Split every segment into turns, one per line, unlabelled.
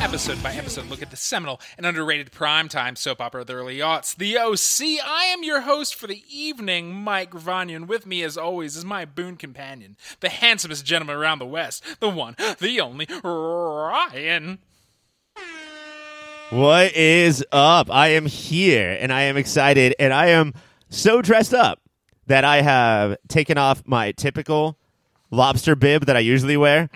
episode by episode look at the seminal and underrated primetime soap opera of the early aughts, The OC. I am your host for the evening, Mike Gravanian. With me, as always, is my boon companion, the handsomest gentleman around the West, the one, the only, Ryan.
What is up? I am here and I am excited and I am so dressed up that I have taken off my typical lobster bib that I usually wear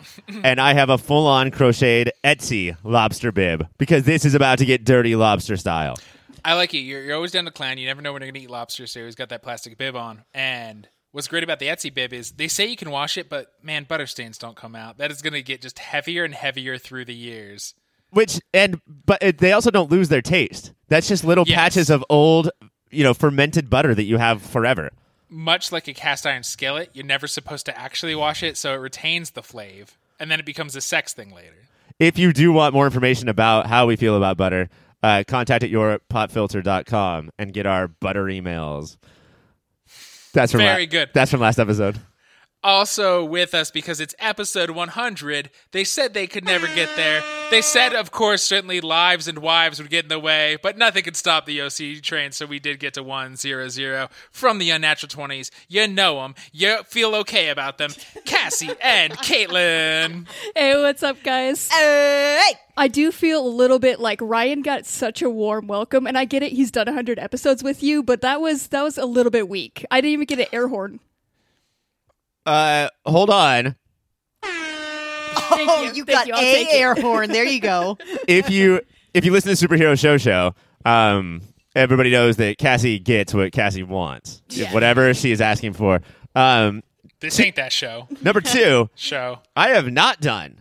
and I have a full on crocheted Etsy lobster bib because this is about to get dirty lobster style.
I like you. You're, you're always down to clown. You never know when you're going to eat lobster, so you always got that plastic bib on. And what's great about the Etsy bib is they say you can wash it, but man, butter stains don't come out. That is going to get just heavier and heavier through the years.
Which, and, but it, they also don't lose their taste. That's just little
Yes.
patches of old, you know, fermented butter that you have forever.
Much like a cast iron skillet, you're never supposed to actually wash it, so it retains the flave, and then it becomes a sex thing later.
if you do want more information about how we feel about butter, uh, contact at yourpotfilter.com and get our butter emails. That's from
Very good.
That's from last episode.
Also with us because it's episode 100. They said they could never get there. They said, of course, certainly lives and wives would get in the way, but nothing could stop the OC train, so we did get to 100 from the Unnatural 20s. You know them. You feel okay about them. Cassie and Caitlin.
Hey, what's up, guys? I do feel a little bit like Ryan got such a warm welcome, and I get it. He's done 100 episodes with you, but that was that was a little bit weak. I didn't even get an air horn.
Uh, hold on.
Thank
Oh,
you.
you
Thank
got
you. I'll
a
take it.
air horn. There you go.
If you if you listen to Superhero Show Show, um, everybody knows that Cassie gets what Cassie wants,
Yeah.
whatever she is asking for. Um,
This ain't that show.
number two,
Show.
I have not done.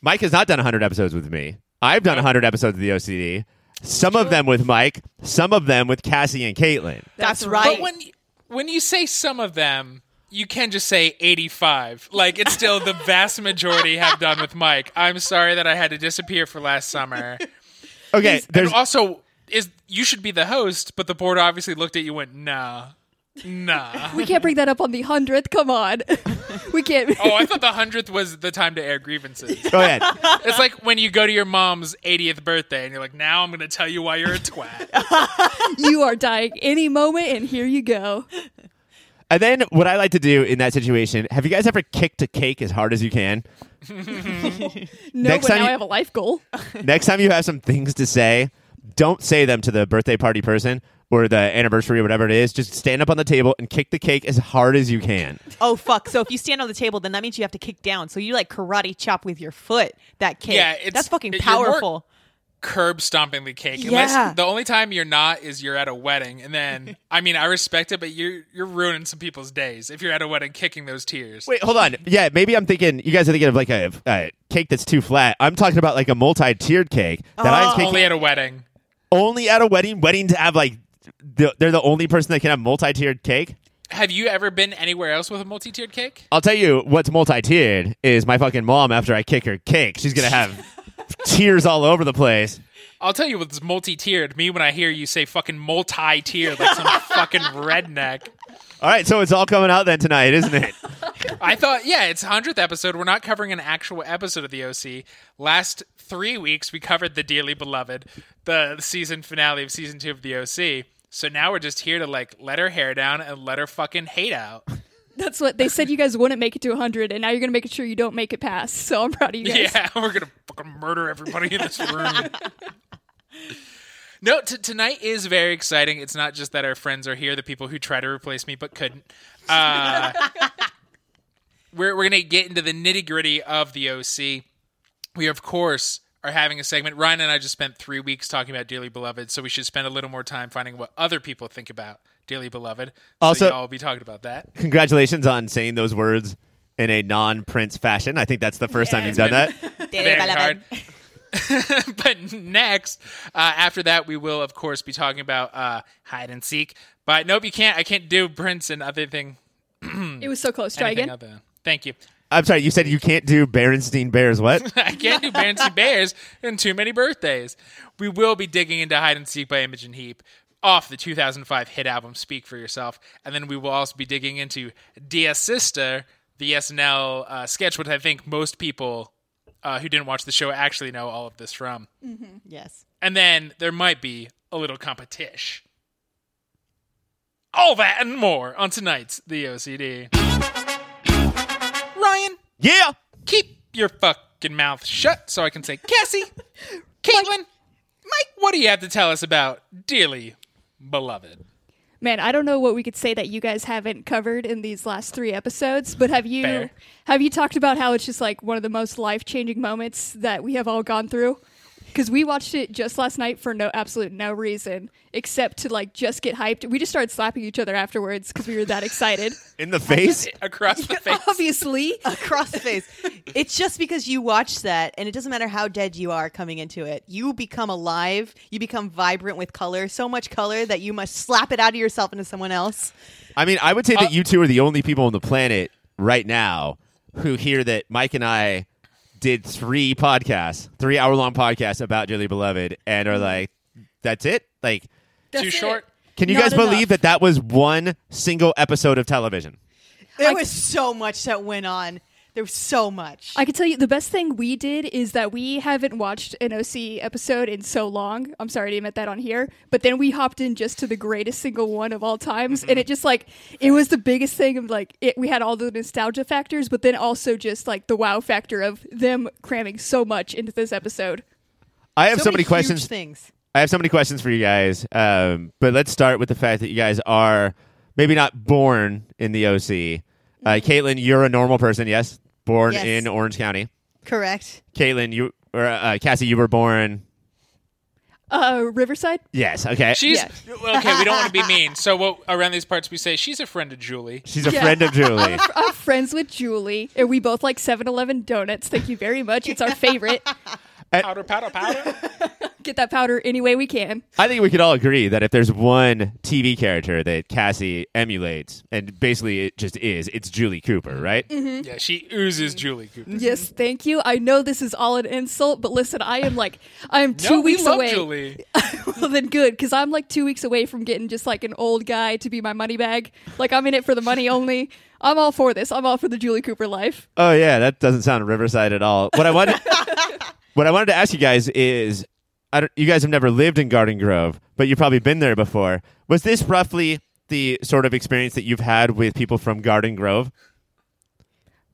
Mike has not done 100 episodes with me. I've done 100 episodes of the OCD. Some of them with Mike, some of them with Cassie and Caitlin.
That's,
But
right.
when, when you say some of them, you can just say 85. Like, it's still the vast majority have done with Mike. I'm sorry that I had to disappear for last summer.
Okay, there's
and also is you should be the host, but the board obviously looked at you and went, nah. Nah.
We can't bring that up on the 100th. Come on. we can't.
oh, I thought the hundredth was the time to air grievances.
go ahead.
It's like when you go to your mom's eightieth birthday and you're like, now I'm gonna tell you why you're a twat.
you are dying any moment, and here you go.
And then what I like to do in that situation, have you guys ever kicked a cake as hard as you can?
No,
Next
but
time
now
you-
I have a life goal.
Next time you have some things to say, don't say them to the birthday party person or the anniversary or whatever it is. Just stand up on the table and kick the cake as hard as you can.
oh fuck! So if you stand on the table, then that means you have to kick down. So you like karate chop with your foot that cake.
Yeah, it's-
that's fucking
it- you're more-
powerful.
Curb stomping the cake.
Yeah.
Unless the only time you're not is you're at a wedding and then I mean I respect it, but you're you're ruining some people's days if you're at a wedding kicking those tears.
Wait, hold on. Yeah, maybe I'm thinking you guys are thinking of like a, a cake that's too flat. I'm talking about like a multi-tiered cake that I'm
Oh.
kicking
Only at a wedding.
only at a wedding. Wedding to have like the, they're the only person that can have multi-tiered cake.
Have you ever been anywhere else with a multi tiered cake?
I'll tell you what's multi-tiered is my fucking mom. After I kick her cake, she's gonna have tears all over the place.
I'll tell you what's multi-tiered. Me when I hear you say fucking multi-tiered like some fucking redneck.
All right, so it's all coming out then tonight, isn't it?
I thought, yeah, it's hundredth episode. We're not covering an actual episode of the OC. Last three weeks we covered the dearly beloved, the season finale of season two of the OC. So now we're just here to like let her hair down and let her fucking hate out.
That's what they said you guys wouldn't make it to 100, and now you're going to make sure you don't make it past. So I'm proud of you guys.
Yeah, we're gonna fucking murder everybody in this room. no, t- tonight is very exciting. It's not just that our friends are here, the people who tried to replace me but couldn't. Uh, we're we're gonna get into the nitty gritty of the OC. We of course are having a segment. Ryan and I just spent three weeks talking about Dearly Beloved, so we should spend a little more time finding what other people think about Dearly Beloved.
Also-
so y'all will be talking about that.
Congratulations on saying those words in a non-Prince fashion. I think that's the first time you've done that.
very hard. but next, uh, after that, we will of course be talking about uh, hide and seek. But nope, you can't. I can't do Prince and other thing.
It was so close. Try
anything
again.
Other. Thank you.
I'm sorry, you said you can't do Berenstein Bears. What?
I can't do Bansy Bears and too many birthdays. We will be digging into Hide and Seek by Imogen Heap off the 2005 hit album Speak for Yourself, and then we will also be digging into Dear Sister, the SNL uh, sketch, which I think most people uh, who didn't watch the show actually know all of this from.
Yes.
And then there might be a little competition. All that and more on tonight's The OCD. Ryan,
Yeah.
keep your fucking mouth shut so I can say, Cassie, Caitlin, Mike, what do you have to tell us about Dearly Beloved?
Man, I don't know what we could say that you guys haven't covered in these last three episodes, but have you
Fair.
have you talked about how it's just like one of the most life changing moments that we have all gone through? Because we watched it just last night for no absolute no reason except to like just get hyped. We just started slapping each other afterwards because we were that excited.
In the face.
Across the
Oh,
face.
Obviously,
Across the face. it's just because you watch that, and it doesn't matter how dead you are coming into it. You become alive. You become vibrant with color. So much color that you must slap it out of yourself into someone else.
I mean, I would say
Uh,
that you two are the only people on the planet right now who hear that Mike and I did three podcasts, three hour long podcasts about Dearly Beloved, and are like, that's it? Like,
Too short.
can you
Not
guys believe
enough.
that that was one single episode of television?
There was so much that went on. There was so much.
I can tell you the best thing we did is that we haven't watched an OC episode in so long. I'm sorry to admit that on here, but then we hopped in just to the greatest single one of all times, and it just like it was the biggest thing of like it. We had all the nostalgia factors, but then also just like the wow factor of them cramming so much into this episode.
I have so,
many
many
huge
questions.
Things.
I have so many questions for you guys, um, but let's start with the fact that you guys are maybe not born in the OC. Uh, Caitlin, you're a normal person, yes, born
Mm-hmm. Yes.
in Orange County.
Correct.
Caitlin, you or uh, Cassie, you were born.
Uh, Riverside.
Yes, okay.
She's okay. We don't want to be mean. So what, around these parts, we say she's a friend of Julie.
She's a
Yeah.
friend of Julie.
I'm uh, friends with Julie, and we both like 7-Eleven donuts. Thank you very much. It's our favorite.
Powder, powder, powder.
Get that powder any way we can.
I think we could all agree that if there's one TV character that Cassie emulates, and basically it just is, it's Julie
Mm-hmm.
Cooper, right?
yeah, she oozes Julie Cooper.
Yes, thank you. I know this is all an insult, but listen, I am like, I am two
no,
weeks
we love
away.
Julie.
well, then good, because I'm like two weeks away from getting just like an old guy to be my money bag. Like I'm in it for the money only. I'm all for this. I'm all for the Julie Cooper life.
Oh yeah, that doesn't sound Riverside at all. What I wanted, what I wanted to ask you guys is, I don't, you guys have never lived in Garden Grove, but you've probably been there before. Was this roughly the sort of experience that you've had with people from Garden Grove?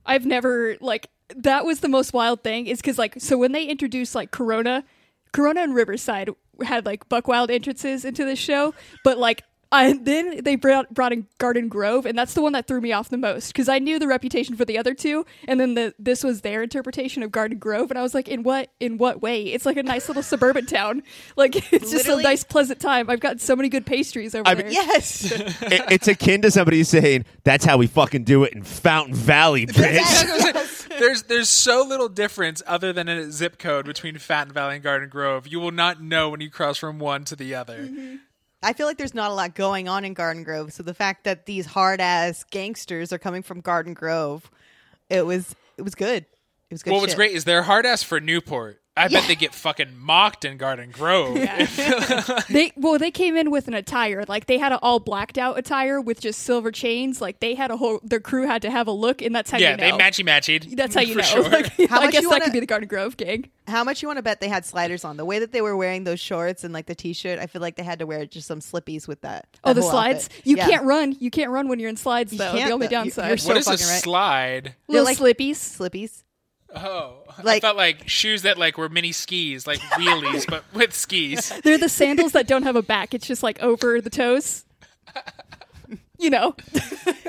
I've never like that was the most wild thing is because like so when they introduced like Corona, Corona and Riverside had like Buckwild entrances into this show, but like. I, then they brought, brought in Garden Grove, and that's the one that threw me off the most because I knew the reputation for the other two, and then the, this was their interpretation of Garden Grove, and I was like, in what in what way? It's like a nice little suburban town, like it's just a
Literally-
nice pleasant time. I've gotten so many good pastries over
I mean,
there.
Yes.
It- it's akin to somebody saying, "That's how we fucking do it in Fountain Valley, bitch."
there's there's so little difference other than a zip code between Fountain Valley and Garden Grove. You will not know when you cross from one to the other.
Mm-hmm.
I feel like there's not a lot going on in Garden Grove, so the fact that these hard ass gangsters are coming from Garden Grove, it was it was good. It was good.
Well, what's
shit.
great is they're hard ass for Newport. I bet they get fucking mocked in Garden Grove.
They well, they came in with an attire like they had an all blacked out attire with just silver chains. Like they had a whole their crew had to have a look, and that's how
yeah,
you know.
they matchy matchied.
that's how you
for
know.
Sure.
Like,
How
I
much
guess
you
that
wanna-
could be the Garden Grove gang.
How much you want to bet they had sliders on? The way that they were wearing those shorts and like the t-shirt, I feel like they had to wear just some slippies with that.
Oh,
that
the
whole
slides!
outfit.
You
Yeah.
can't run. You can't run when you're in slides, though.
can't,
The only
though. You-
downside.
you're
what
so
is a
fucking right.
slide?
Little
They're like-
slippies.
slippies.
Oh, I
Like-
thought like shoes that like were mini skis, like wheelies, but with skis.
They're the sandals that don't have a back. It's just like over the toes. You know,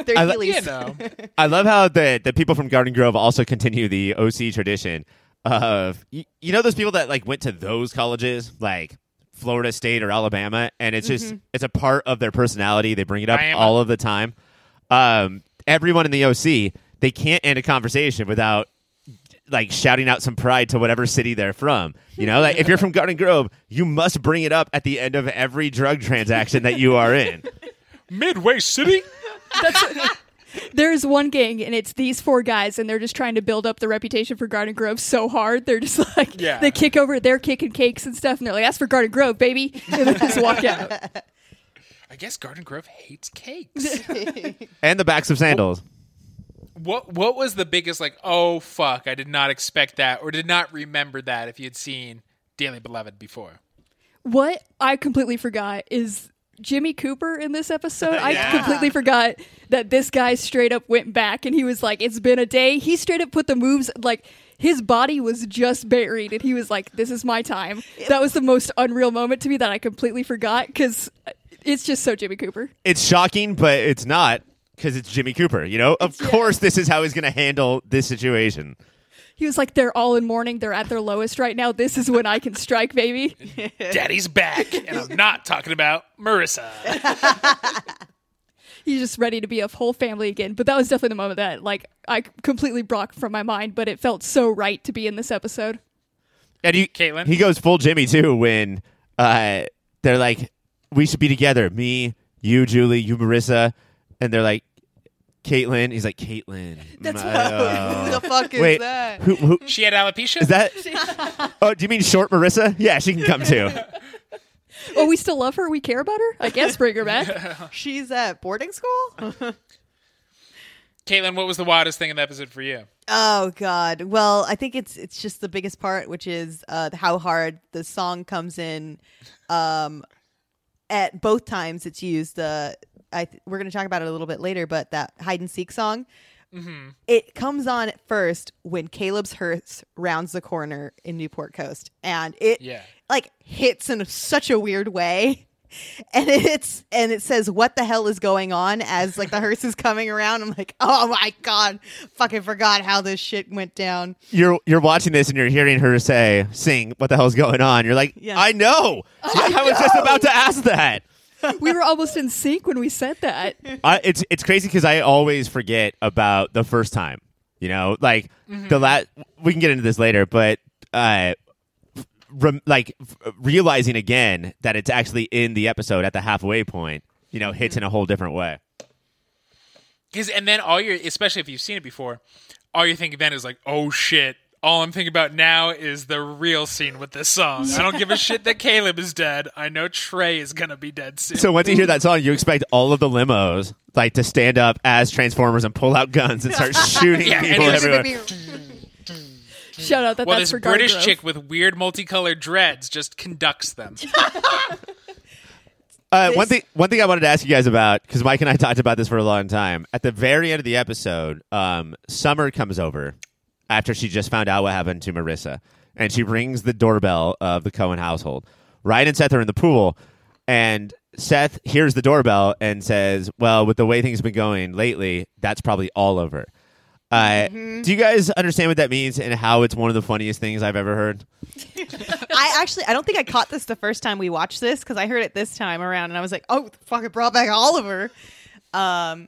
They're
I li-
heelys.
You know,
I love how the the people from Garden Grove also continue the OC tradition of you, you know those people that like went to those colleges like Florida State or Alabama, and it's just it's a part of their personality. They bring it up
Bama.
all of the time. Um, everyone in the OC they can't end a conversation without like shouting out some pride to whatever city they're from. You know, like if you're from Garden Grove, you must bring it up at the end of every drug transaction that you are in.
Midway City.
there's one gang, and it's these four guys, and they're just trying to build up the reputation for Garden Grove so hard. They're just like,
Yeah.
they kick over, they're kicking cakes and stuff, and they're like, "That's for Garden Grove, baby," and they just walk out.
I guess Garden Grove hates cakes.
and the backs of sandals.
What what was the biggest like? Oh fuck! I did not expect that, or did not remember that. If you had seen Dearly Beloved before,
What I completely forgot is Jimmy Cooper in this episode. I completely forgot that this guy straight up went back and he was like, It's been a day. He straight up put the moves like his body was just buried and he was like, This is my time. That was the most unreal moment to me that I completely forgot because it's just so Jimmy Cooper.
It's shocking, but it's not because it's Jimmy Cooper. You know, of course, this is how he's going to handle this situation.
He was like, They're all in mourning. They're at their lowest right now. This is when I can strike, baby.
Daddy's back, and I'm not talking about Marissa.
he's just ready to be a whole family again. But that was definitely the moment that like I completely blocked from my mind, but it felt so right to be in this episode.
And he,
Caitlin?
he goes full Jimmy too when uh, they're like, "We should be together, me, you, Julie, you, Marissa," and they're like, "Caitlin." He's like, "Caitlin."
That's
my- uh,
what the fuck is
Wait,
that?
who, who
She had alopecia.
is that? oh, do you mean short Marissa? Yeah, she can come too.
Oh, we still love her. We care about her. I guess bring her back.
She's at boarding school?
Caitlin, what was the wildest thing in the episode for you?
Oh God! Well, I think it's it's just the biggest part, which is uh, how hard the song comes in. Um, at both times it's used. Uh, I th- we're going to talk about it a little bit later, but that hide and seek song, it comes on at first when Caleb's hearse rounds the corner in Newport Coast, and it
Yeah.
like hits in such a weird way. And it's and it says what the hell is going on as like the hearse is coming around. I'm like, oh my god, fucking forgot how this shit went down.
You're you're watching this and you're hearing her say, "Sing, what the hell's going on?" You're like,
Yeah.
"I know." I, was just about to ask that.
we were almost in sync when we said that.
I, it's it's crazy because I always forget about the first time. You know, like
Mm-hmm.
the last. We can get into this later, but uh, rem- like f- realizing again that it's actually in the episode at the halfway point. You know,
Mm-hmm.
hits in a whole different way.
Because and then all your, especially if you've seen it before, all you're thinking then is like, oh shit. All I'm thinking about now is the real scene with this song. I don't give a shit that Caleb is dead. I know Trey is gonna be dead soon.
So once you hear that song, you expect all of the limos like to stand up as transformers and pull out guns and start shooting
Yeah, and
people
it's gonna
everywhere.
Shout out that
well,
that's
this
for
British
Gargrove.
chick with weird multicolored dreads just conducts them.
Uh, one thing, one thing I wanted to ask you guys about because Mike and I talked about this for a long time. At the very end of the episode, um, Summer comes over after she just found out what happened to Marissa, and she rings the doorbell of the Cohen household. Ryan and Seth are in the pool, and Seth hears the doorbell and says, "Well, with the way things have been going lately, that's probably all over." Uh,
Mm-hmm.
Do you guys understand what that means and how it's one of the funniest things I've ever heard?
I actually, I don't think I caught this the first time we watched this because I heard it this time around, and I was like, "Oh, fuck! It brought back Oliver." Um,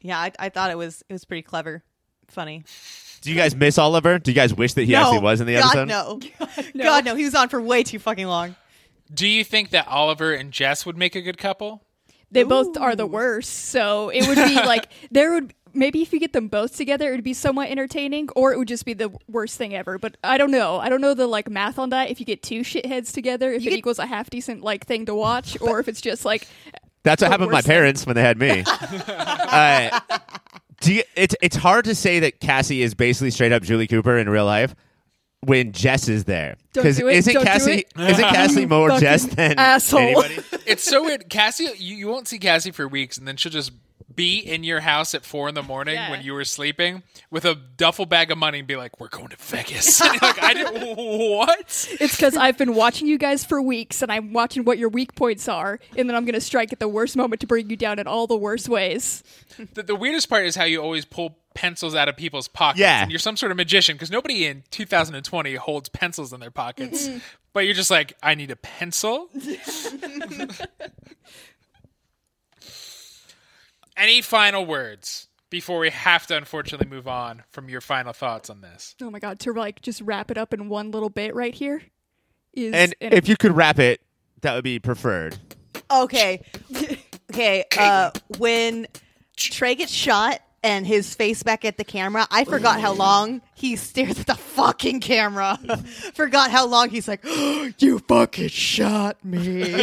yeah, I, I thought it was it was pretty clever, funny.
Do you guys miss Oliver? Do you guys wish that he actually was in the
God,
episode?
No,
no.
God, no, he was on for way too fucking long.
Do you think that Oliver and Jess would make a good couple?
They both are the worst. So it would be like there would maybe if you get them both together, it would be somewhat entertaining, or it would just be the worst thing ever. But I don't know. I don't know the like math on that. If you get two shitheads together, if it
could-
equals a half decent like thing to watch, or if it's just like
That's what happened to my
worst thing.
parents when they had me. uh, do you, it's it's hard to say that Cassie is basically straight up Julie Cooper in real life when Jess is there.
Don't
'Cause
do it,
Isn't
don't do
Cassie
it.
isn't Cassie more
Fucking
Jess than
asshole.
anybody?
It's so weird. Cassie, you, you won't see Cassie for weeks, and then she'll just be in your house at four in the morning
Yeah.
when you were sleeping with a duffel bag of money and be like, "We're going to Vegas." And you're like, I didn't. What?
It's because I've been watching you guys for weeks, and I'm watching what your weak points are, and then I'm gonna strike at the worst moment to bring you down in all the worst ways.
The, the weirdest part is how you always pull pencils out of people's pockets.
Yeah.
And you're some sort of magician because nobody in 2020 holds pencils in their pockets. But you're just like, I need a pencil. Any final words before we have to unfortunately move on from your final thoughts on this?
Oh my god! To like just wrap it up in one little bit right here is
And
an-
if you could wrap it, that would be preferred.
Okay, okay. Uh, when Trey gets shot and his face back at the camera, I forgot how long he stares at the fucking camera. forgot how long he's like, "You fucking shot me,"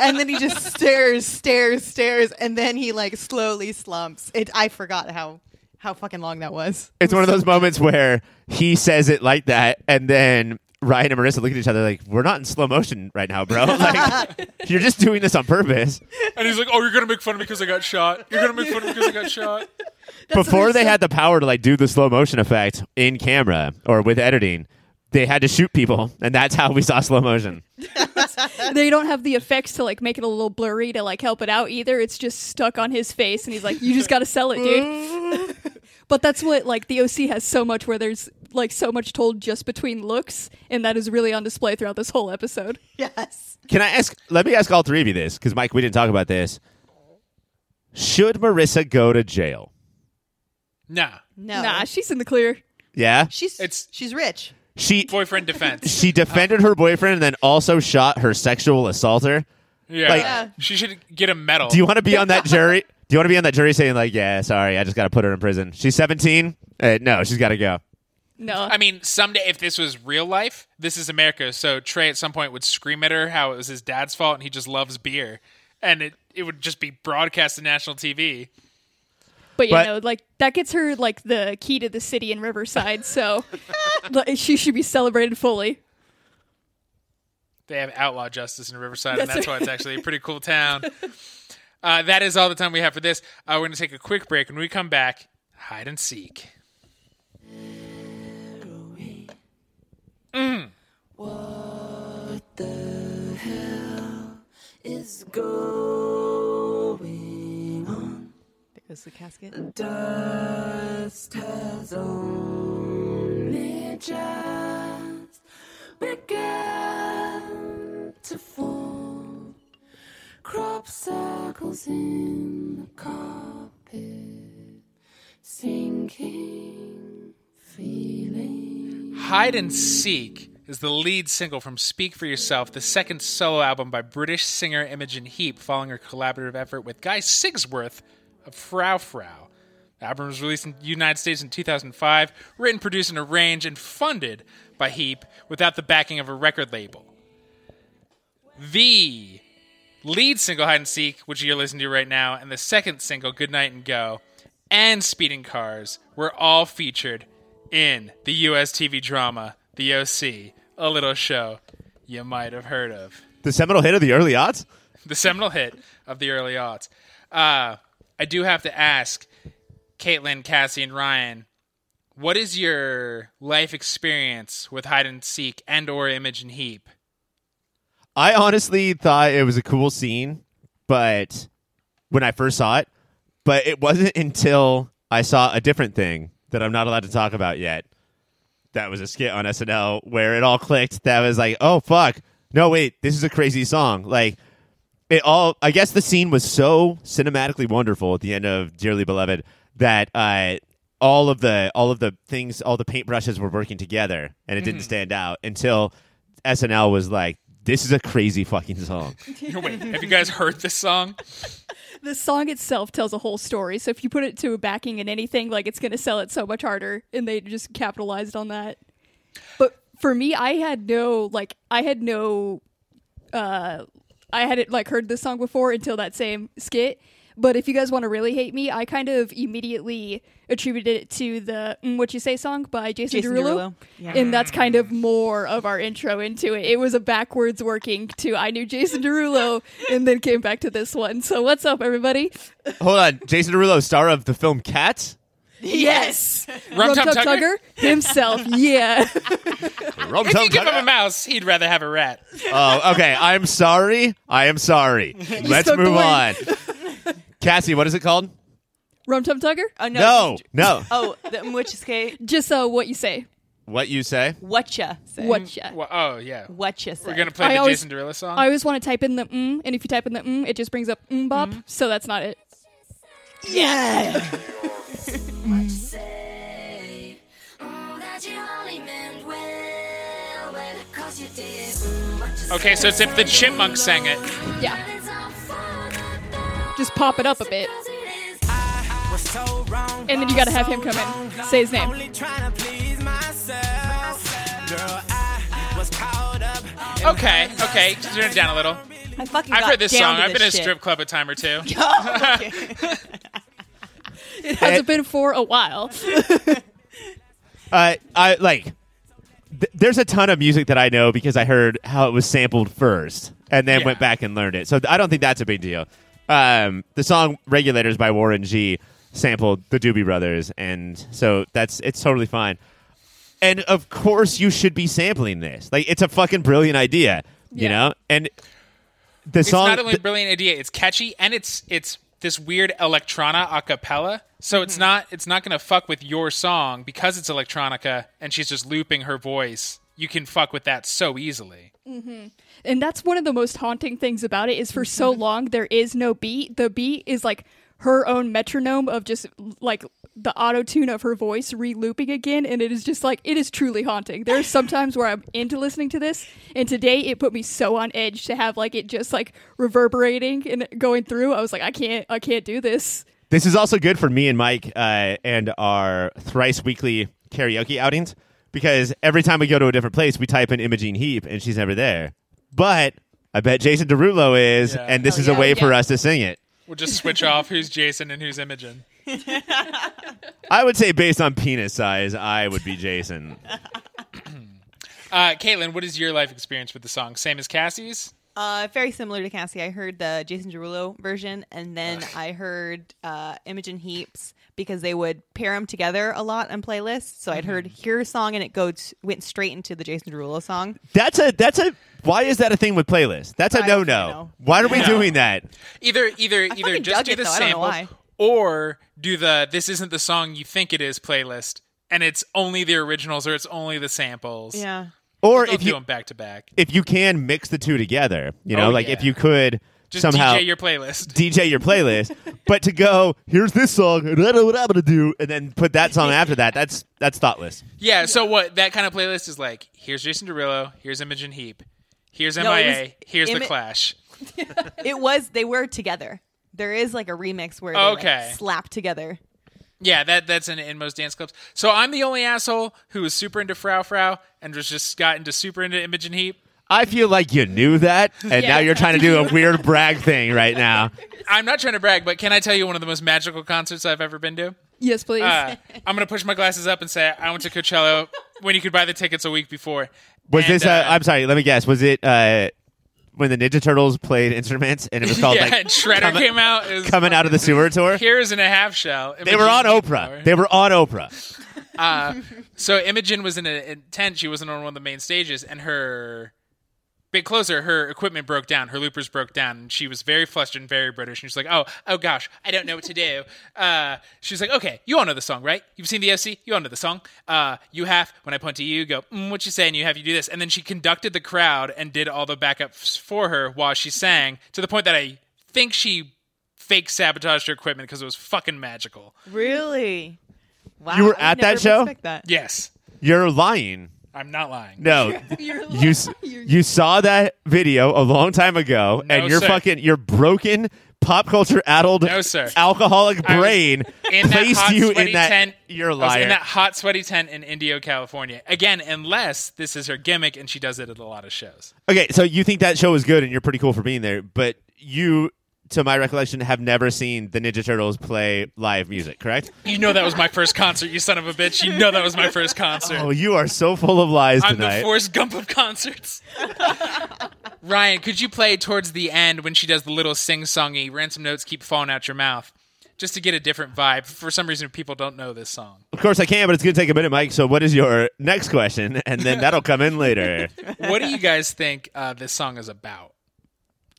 and then he just stares, stares, stares, and then he like slowly slumps. It. I forgot how how fucking long that was.
It's one of those moments where he says it like that, and then Ryan and Marissa look at each other like, "We're not in slow motion right now, bro. Like, you're just doing this on purpose."
And he's like, "Oh, you're gonna make fun of me because I got shot. You're gonna make fun of me because I got shot."
Before they had the power to like do the slow motion effect in camera or with editing, they had to shoot people, and that's how we saw slow motion.
they don't have the effects to like make it a little blurry to like help it out either. It's just stuck on his face, and he's like, "You just got to sell it, dude." but that's what like the OC has so much where there's like so much told just between looks, and that is really on display throughout this whole episode.
Yes.
Can I ask? Let me ask all three of you this, because Mike, we didn't talk about this. Should Marissa go to jail?
Nah,
No.
Nah, she's in the clear.
Yeah,
she's
It's-
she's rich.
she
boyfriend defense.
she defended her boyfriend and then also shot her sexual assaulter.
Yeah,
Like-
Yeah.
she should get a medal.
Do you want to be on that jury? Do you want to be on that jury saying like, yeah, sorry, I just got to put her in prison. She's 17. Uh, no, she's got to go.
No,
I mean, someday if this was real life, this is America. So Trey at some point would scream at her how it was his dad's fault and he just loves beer, and it it would just be broadcast to national TV.
but you
but-
know, like that gets her like the key to the city in Riverside, so like, she should be celebrated fully.
They have outlaw justice in Riverside, and
That's
that's why it's actually a pretty cool town. Uh, that is all the time we have for this. Uh, we're going to take a quick break. When we come back, hide and seek.
is going on.
There goes the casket.
Dust has only just begun to form. Crop circles in the carpet, sinking, feeling.
Hide and Seek is the lead single from Speak for Yourself, the second solo album by British singer Imogen Heap, following her collaborative effort with Guy Sigsworth of Frau Frau. The album was released in the United States in 2005, written, produced, and arranged and funded by Heap without the backing of a record label. The lead single Hide and Seek, which you're listening to right now, and the second single Goodnight and Go and Speeding Cars were all featured in the US TV drama The OC, a little show you might have heard of.
The seminal hit of the early aughts.
The seminal hit of the early aughts. Uh, I do have to ask Caitlin, Cassie, and Ryan, what is your life experience with hide and seek and or image and heap?
I honestly thought it was a cool scene, but when I first saw it, but it wasn't until I saw a different thing that I'm not allowed to talk about yet. That was a skit on SNL where it all clicked. That was like, oh fuck, no wait, this is a crazy song. Like it all. I guess the scene was so cinematically wonderful at the end of Dearly Beloved that uh, all of the all of the things, all the paintbrushes were working together, and it
Mm-hmm.
didn't stand out until SNL was like, "This is a crazy fucking song."
Wait, have you guys heard this song?
The song itself tells a whole story, so if you put it to a backing in anything, like it's going to sell it so much harder, and they just capitalized on that. But for me, I had no like, I had no, uh, I hadn't like heard this song before until that same skit. But if you guys want to really hate me, I kind of immediately attributed it to the mm, "What You Say" song by Jason,
Jason
Derulo,
Derulo. Yeah.
and that's kind of more of our intro into it. It was a backwards working to "I Knew Jason Derulo" and then came back to this one. So what's up, everybody?
Hold on, Jason Derulo, star of the film Cats.
Yes.
Rum Tum Tugger?
himself. Yeah,
If
Rum
you
Tum
give him a
Tugger.
mouse, he'd rather have a rat.
Oh, okay. I'm sorry. I am sorry. Let's
took the
move on.
win.
Cassie, what is it called?
Rum Tum Tugger.
Oh no.
No, no.
Oh, the Mwitchiske.
Just uh, what you say.
What you say?
Whatcha say?
What ya?
Well, oh yeah,
Whatcha say?
we're gonna play
I
the
always-
Jason Derulo song.
I always want to type in the mm, and if you type in the mm, it just brings up mm bop. So that's not it.
yeah.
say mm, that you only meant well, but 'cause you did mm, what you
okay, so
said.
it's if the chipmunk sang it.
Yeah,
It's all for the dog,
just pop it up a bit,
'cause it is
and then you got to have him come in, say his name.
Okay, okay, turn it down a little.
I fucking
I've
got
heard this song.
down to
I've been in a
shit.
strip club a time or two.
Oh, okay.
It hasn't been for a while.
uh, I like. Th- there's a ton of music that I know because I heard how it was sampled first, and then
Yeah.
went back and learned it. So I don't think that's a big deal. Um, the song "Regulators" by Warren G sampled the Doobie Brothers, and so that's it's totally fine. And of course, you should be sampling this. Like, it's a fucking brilliant idea, you
Yeah.
know. And the
It's
song,
not only a
th-
brilliant idea, it's catchy and it's it's this weird electrona a cappella. So it's not it's not gonna fuck with your song because it's electronica and she's just looping her voice. You can fuck with that so easily.
and that's one of the most haunting things about it is for so long there is no beat the beat is like her own metronome of just like the auto tune of her voice re-looping again and it is just like it is truly haunting there are some times where i'm into listening to this and today it put me so on edge to have like it just like reverberating and going through i was like i can't i can't do this
This is also good for me and Mike uh, and our thrice weekly karaoke outings because every time we go to a different place, we type in Imogene Heap and she's never there. But I bet Jason Derulo is,
Yeah.
and this
Oh,
is a
yeah.
way for
Yeah.
us to sing it.
We'll just switch off who's Jason and who's Imogen.
I would say, based on penis size, I would be Jason.
Uh, Caitlin, what is your life experience with the song? Same as Cassie's?
Uh, very similar to Cassie. I heard the Jason Derulo version, and then I heard uh, Imogen Heaps because they would pair them together a lot on playlists. So I'd heard
Mm-hmm.
her song, and it goes went straight into the Jason Derulo song.
That's a that's a why is that a thing with playlists? That's a
I don't
no no.
know.
Why are we
No.
doing that?
Either either either
fucking
just
dug
do
it,
the
though. I don't know why.
sample or do the this isn't the song you think it is playlist and it's only the originals or it's only the samples.
Yeah,
Or
Don't
if
do
you
them back to back.
if you can mix the two together, you know,
Oh,
like
yeah.
if you could
Just
somehow
DJ your playlist.
DJ your playlist, but to go here's this song, and I know what I'm gonna do, and then put that song after that. That's that's thoughtless.
Yeah, so what that kind of playlist is like, here's Jason Derulo, here's Imogen Heap, here's MIA,
No, it was
here's The
Imi-
Clash.
it was. They were together. There is like a remix where they
Okay.
like, slap together.
Yeah, that that's in, in most dance clubs. So I'm the only asshole who was super into Frau Frau and was just got into super into Imogen Heap.
I feel like you knew that, and
Yeah.
now you're trying to do a weird brag thing right now.
I'm not trying to brag, but can I tell you one of the most magical concerts I've ever been to?
yes please
Uh, I'm gonna push my glasses up and say I went to Coachella when you could buy the tickets a week before.
Was
And,
this? Uh, I'm sorry. Let me guess. Was it uh, when the Ninja Turtles played instruments, and it was called
yeah,
like
and Shredder
coming,
came out. It was
coming out of the sewer tour?
Here's in a half shell.
They were on Oprah. They were on Oprah.
So Imogen was in a in tent. She wasn't on one of the main stages, and her bit closer, her equipment broke down. Her loopers broke down, and she was very flustered and very British. And she's like, "Oh, oh gosh, I don't know what to do." Uh, she's like, "Okay, you all know the song, right? You've seen the FC. You all know the song. Uh, you have. When I point to you, go, mm, what you say, and you have you do this." And then she conducted the crowd and did all the backups for her while she sang, to the point that I think she fake sabotaged her equipment because it was fucking magical.
Really? Wow.
You were
I
at
would
that
never
show?
expect that.
Yes,
You're lying.
I'm not lying.
No,
You're
you s- you saw that video a long time ago,
No,
and your
sir.
fucking your broken pop culture addled
No, sir.
alcoholic
I was
brain
in that
placed
hot,
you
sweaty
in that.
tent.
You're a
I was
liar.
in that hot, sweaty tent in Indio, California. Again, unless this is her gimmick and she does it at a lot of shows.
okay, so you think that show was good, and you're pretty cool for being there, but you, to my recollection, have never seen the Ninja Turtles play live music, correct?
You know that was my first concert, you son of a bitch. You know that was my first concert.
oh, you are so full of lies
I'm
tonight.
the Forrest Gump of concerts. Ryan, could you play towards the end when she does the little sing-songy ransom notes keep falling out your mouth? Just to get a different vibe. For some reason, people don't know this song.
of course, I can, but it's going to take a minute, Mike. So, what is your next question? And then that'll come in later. Uh,
What do you guys think uh, this song is about?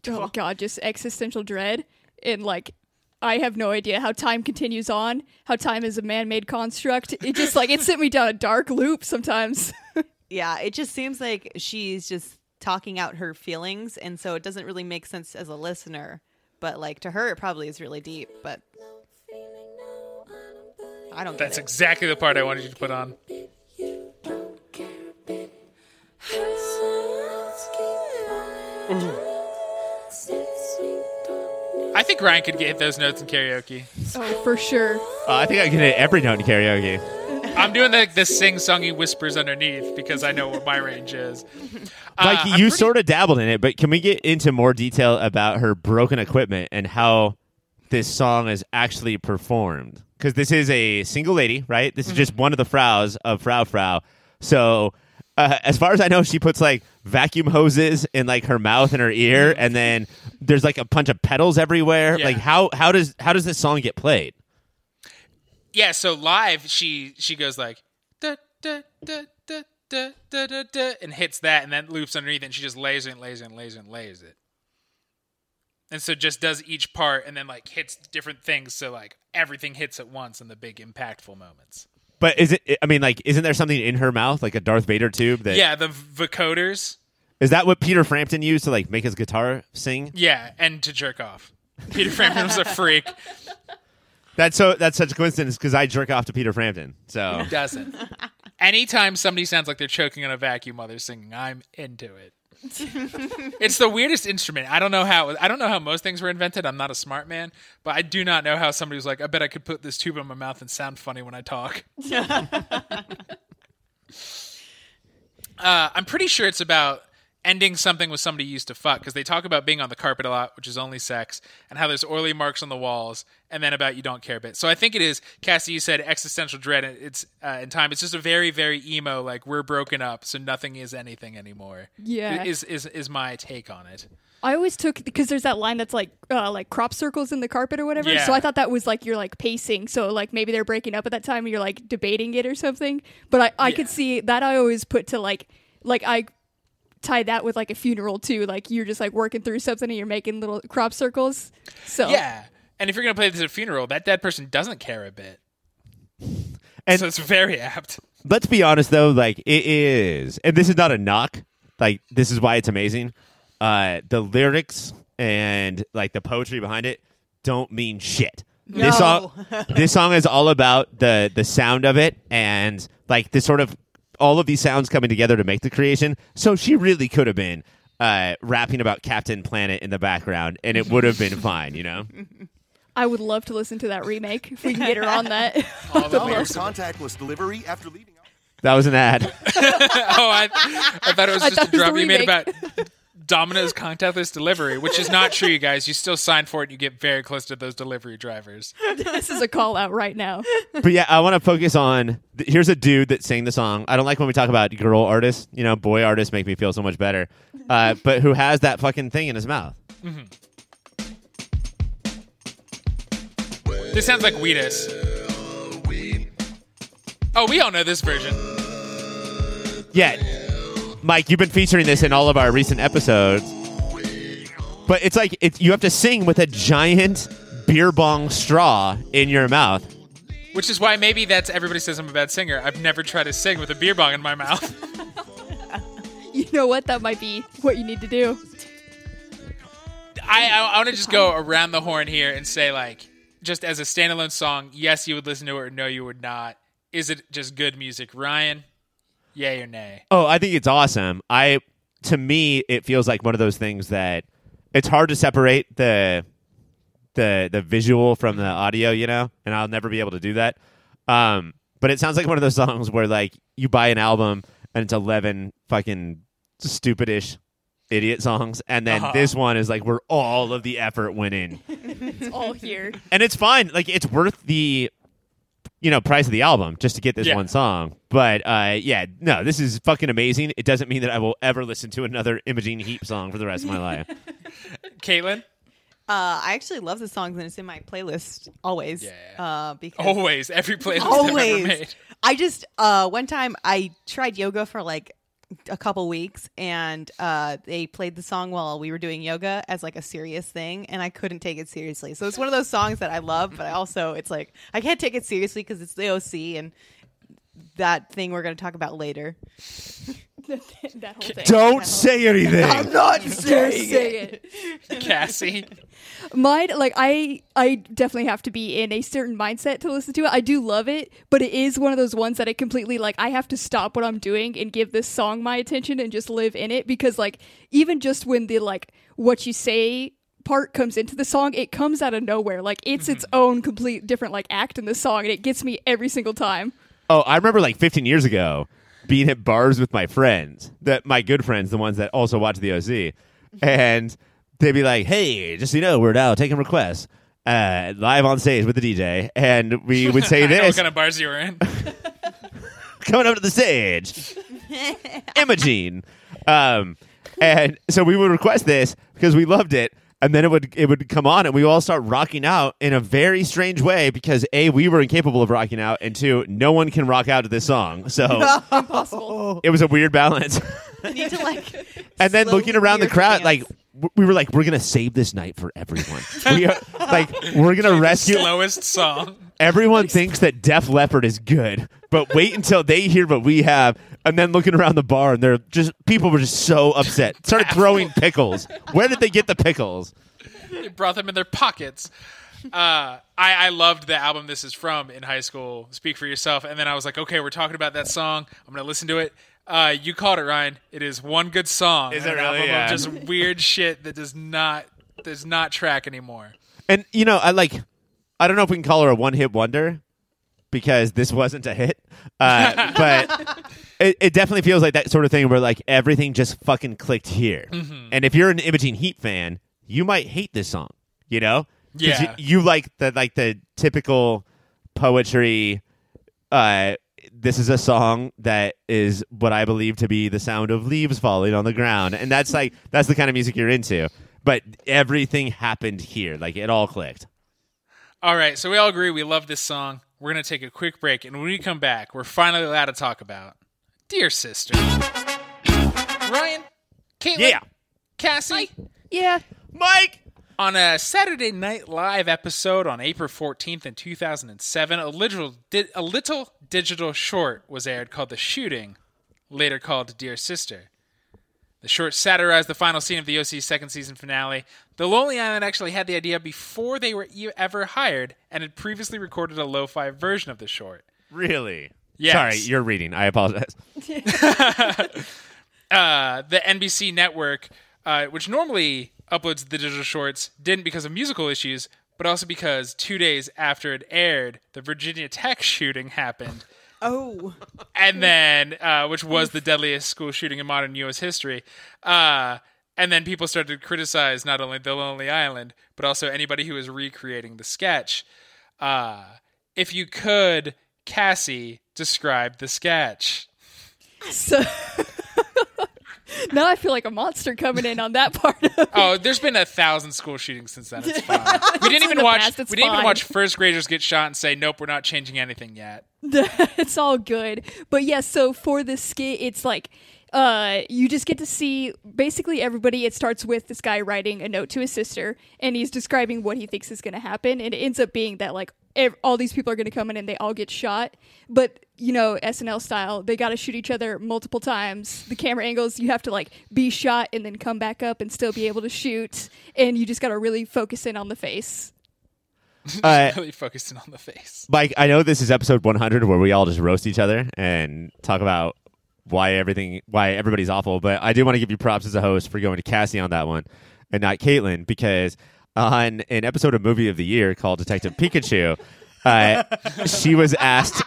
oh god just existential dread and like i have no idea how time continues on how time is a man-made construct it just like it sent me down a dark loop sometimes
Yeah, it just seems like she's just talking out her feelings, and so it doesn't really make sense as a listener. But like to her, it probably is really deep. But I don't.
That's
get it.
exactly the part I wanted you to put on. I think Ryan could get those notes in karaoke.
oh for sure
Uh, I think I can hit every note in karaoke.
I'm doing the, the sing songy whispers underneath because I know what my range is. Uh,
Like
I'm
you
pretty-
sort of dabbled in it, but can we get into more detail about her broken equipment and how this song is actually performed? because this is a single lady, right? This is just
Mm-hmm.
one of the Fraus of Frau Frau. So, uh, as far as I know, she puts like vacuum hoses in like her mouth and her ear, and then there's like a bunch of pedals everywhere.
Mm-hmm. Yeah.
Like how how does how does this song get played?
yeah so live she she goes like da, da, da, da, da, da, da, da, and hits that and then loops underneath it, and she just lays it and lays it and lays it and lays it and so just does each part and then like hits different things so like everything hits at once in the big impactful moments
But is it? I mean, like, isn't there something in her mouth, like a Darth Vader tube? That
yeah the vocoders
is that what Peter Frampton used to like make his guitar sing?
yeah and to jerk off peter frampton was a freak
That's so that's such a coincidence because I jerk off to Peter Frampton. So
doesn't anytime somebody sounds like they're choking on a vacuum while they're singing i'm into it it's the weirdest instrument i don't know how i don't know how most things were invented i'm not a smart man but i do not know how somebody was like i bet i could put this tube in my mouth and sound funny when i talk uh, i'm pretty sure it's about ending something with somebody you used to fuck because they talk about being on the carpet a lot which is only sex and how there's oily marks on the walls and then about you don't care a bit so i think it is cassie you said existential dread and it's uh, in time it's just a very very emo like we're broken up so nothing is anything anymore
Yeah.
is is is my take on it
I always took because there's that line that's like uh, like crop circles in the carpet or whatever.
Yeah.
So I thought that was like you're like pacing. So like maybe they're breaking up at that time and you're like debating it or something. But I, I could
Yeah.
see that I always put to like like I tie that with like a funeral too. Like you're just like working through something and you're making little crop circles. So
yeah and if you're gonna play this at a funeral that dead person doesn't care a bit
And-
so it's very apt
let's be honest though, like it is, and this is not a knock. Like this is why it's amazing. Uh, the lyrics and like the poetry behind it don't mean shit. This song, this song is all about the the sound of it and like the sort of all of these sounds coming together to make the creation. So she really could have been uh, rapping about Captain Planet in the background, and it would have been fine, you know.
I would love to listen to that remake if we can get her on that.
There's contactless delivery after leaving.
That was an ad.
oh, I, I thought it was
I
just a
thought it was
drop
the
you made about
remake.
Domino's contactless delivery, which is not true, you guys. You still sign for it and you get very close to those delivery drivers.
this is a call out right now.
but yeah, I want to focus on. Th- here's a dude that sang the song. I don't like when we talk about girl artists. You know, boy artists make me feel so much better. Uh, but who has that fucking thing in his mouth?
This sounds like Wheatus. Oh, we all know this version.
Yeah, Mike, you've been featuring this in all of our recent episodes. But it's like it's, you have to sing with a giant beer bong straw in your mouth.
Which is why maybe that's everybody says I'm a bad singer. I've never tried to sing with a beer bong in my mouth.
You know what? That might be what you need to do.
I, I, want to just go around the horn here and say, like, just as a standalone song, yes, you would listen to it or no, you would not. Is it just good music? Ryan, yay or nay?
Oh, I think it's awesome. I to me, it feels like one of those things that it's hard to separate the the the visual from the audio, you know, and I'll never be able to do that. Um, but it sounds like one of those songs where like you buy an album and it's eleven fucking stupidish idiot songs, and then
Uh-huh.
this one is like where all of the effort went in,
It's all here.
and it's fine. Like it's worth the you know price of the album just to get this
Yeah.
one song. But uh, yeah, no, this is fucking amazing. It doesn't mean that I will ever listen to another Imogene Heap song for the rest of my life.
Caitlin?
Uh, I actually love the songs, and it's in my playlist always.
Yeah. Oh,
Uh, because
Always, every playlist I've ever
always.
made.
I just uh, one time I tried yoga for like a couple weeks, and uh, they played the song while we were doing yoga as like a serious thing, and I couldn't take it seriously. So it's one of those songs that I love, but I also it's like I can't take it seriously because it's the OC and that thing we're going to talk about later.
that whole thing.
Don't say anything.
Not
Say it.
Cassie.
Mine, like I, I definitely have to be in a certain mindset to listen to it. I do love it, but it is one of those ones that I completely like. I have to stop what I'm doing and give this song my attention and just live in it because, like, even just when the like what you say part comes into the song, it comes out of nowhere. Like it's its own complete different like act in the song, and it gets me every single time.
Oh, I remember like 15 years ago being at bars with my friends, that my good friends, the ones that also watch the OC, and they'd be like, "Hey, just so you know, we're now taking requests." uh, live on stage with the DJ, and we would say
I know what
this
kind of bars you were in.
coming up to the stage, Imogene. Um, and so we would request this because we loved it, and then it would it would come on, and we all start rocking out in a very strange way because a we were incapable of rocking out, and two no one can rock out to this song, so
Impossible.
it was a weird balance.
I need to like.
and then
slowly
looking around the
weird
crowd
dance.
like w- we were like we're gonna save this night for everyone we are, like we're gonna rescue
Slowest song.
everyone thinks that def leopard is good but wait until they hear what we have and then looking around the bar and they're just people were just so upset started throwing pickles where did they get the pickles
They brought them in their pockets. Uh, I, I loved the album this is from in high school, Speak for Yourself. And then I was like, okay, we're talking about that song. I'm going to listen to it. Uh, you called it, Ryan. It is one good song.
Is
and
it
an
really?
album of
Yeah.
Just weird shit that does not does not track anymore.
and you know i like i don't know if we can call her a one-hit wonder because this wasn't a hit uh, but it, it definitely feels like that sort of thing where like everything just fucking clicked here and if you're an imogene heat fan you might hate this song you know 'Cause you-
Yeah.
you, like the like the typical poetry uh this is a song that is what I believe to be the sound of leaves falling on the ground, and that's like that's the kind of music you're into. But everything happened here, like it all clicked.
All right, so we all agree we love this song. We're going to take a quick break. And when we come back, we're finally allowed to talk about Dear Sister. Ryan, Caitlin,
Yeah,
Cassie.
Yeah.
Mike.
On a Saturday Night Live episode on April 14th in 2007, a little, di- a little digital short was aired called The Shooting, later called Dear Sister. The short satirized the final scene of the OC's second season finale. The Lonely Island actually had the idea before they were e- ever hired and had previously recorded a lo fi version of the short.
Really?
Yes.
Sorry, you're reading. I apologize.
uh, the NBC network, uh, which normally uploads the digital shorts, didn't because of musical issues, but also because two days after it aired, the Virginia Tech shooting happened.
Oh,
And then, uh, which was the deadliest school shooting in modern U.S. history. Uh, and then people started to criticize not only The Lonely Island, but also anybody who was recreating the sketch. Uh, if you could, Cassie, describe the sketch.
So now I feel like a monster coming in on that part. Of
Oh, there's been a thousand school shootings since then. It's fine. We didn't even
the
watch.
past,
we
it's
didn't even
fine.
watch first graders get shot and say, "Nope, we're not changing anything yet."
it's all good. But yeah, so for this skit, it's like uh you just get to see basically everybody it starts with this guy writing a note to his sister and he's describing what he thinks is going to happen and it ends up being that like ev- all these people are going to come in and they all get shot but you know SNL style they got to shoot each other multiple times the camera angles you have to like be shot and then come back up and still be able to shoot and you just got to really focus in on the face
Uh,
Really focusing on the face.
Mike, I know this is episode 100 where we all just roast each other and talk about why everything, why everybody's awful. But I do want to give you props as a host for going to Cassie on that one and not Caitlin because on an episode of Movie of the Year called Detective Pikachu, uh, she was asked.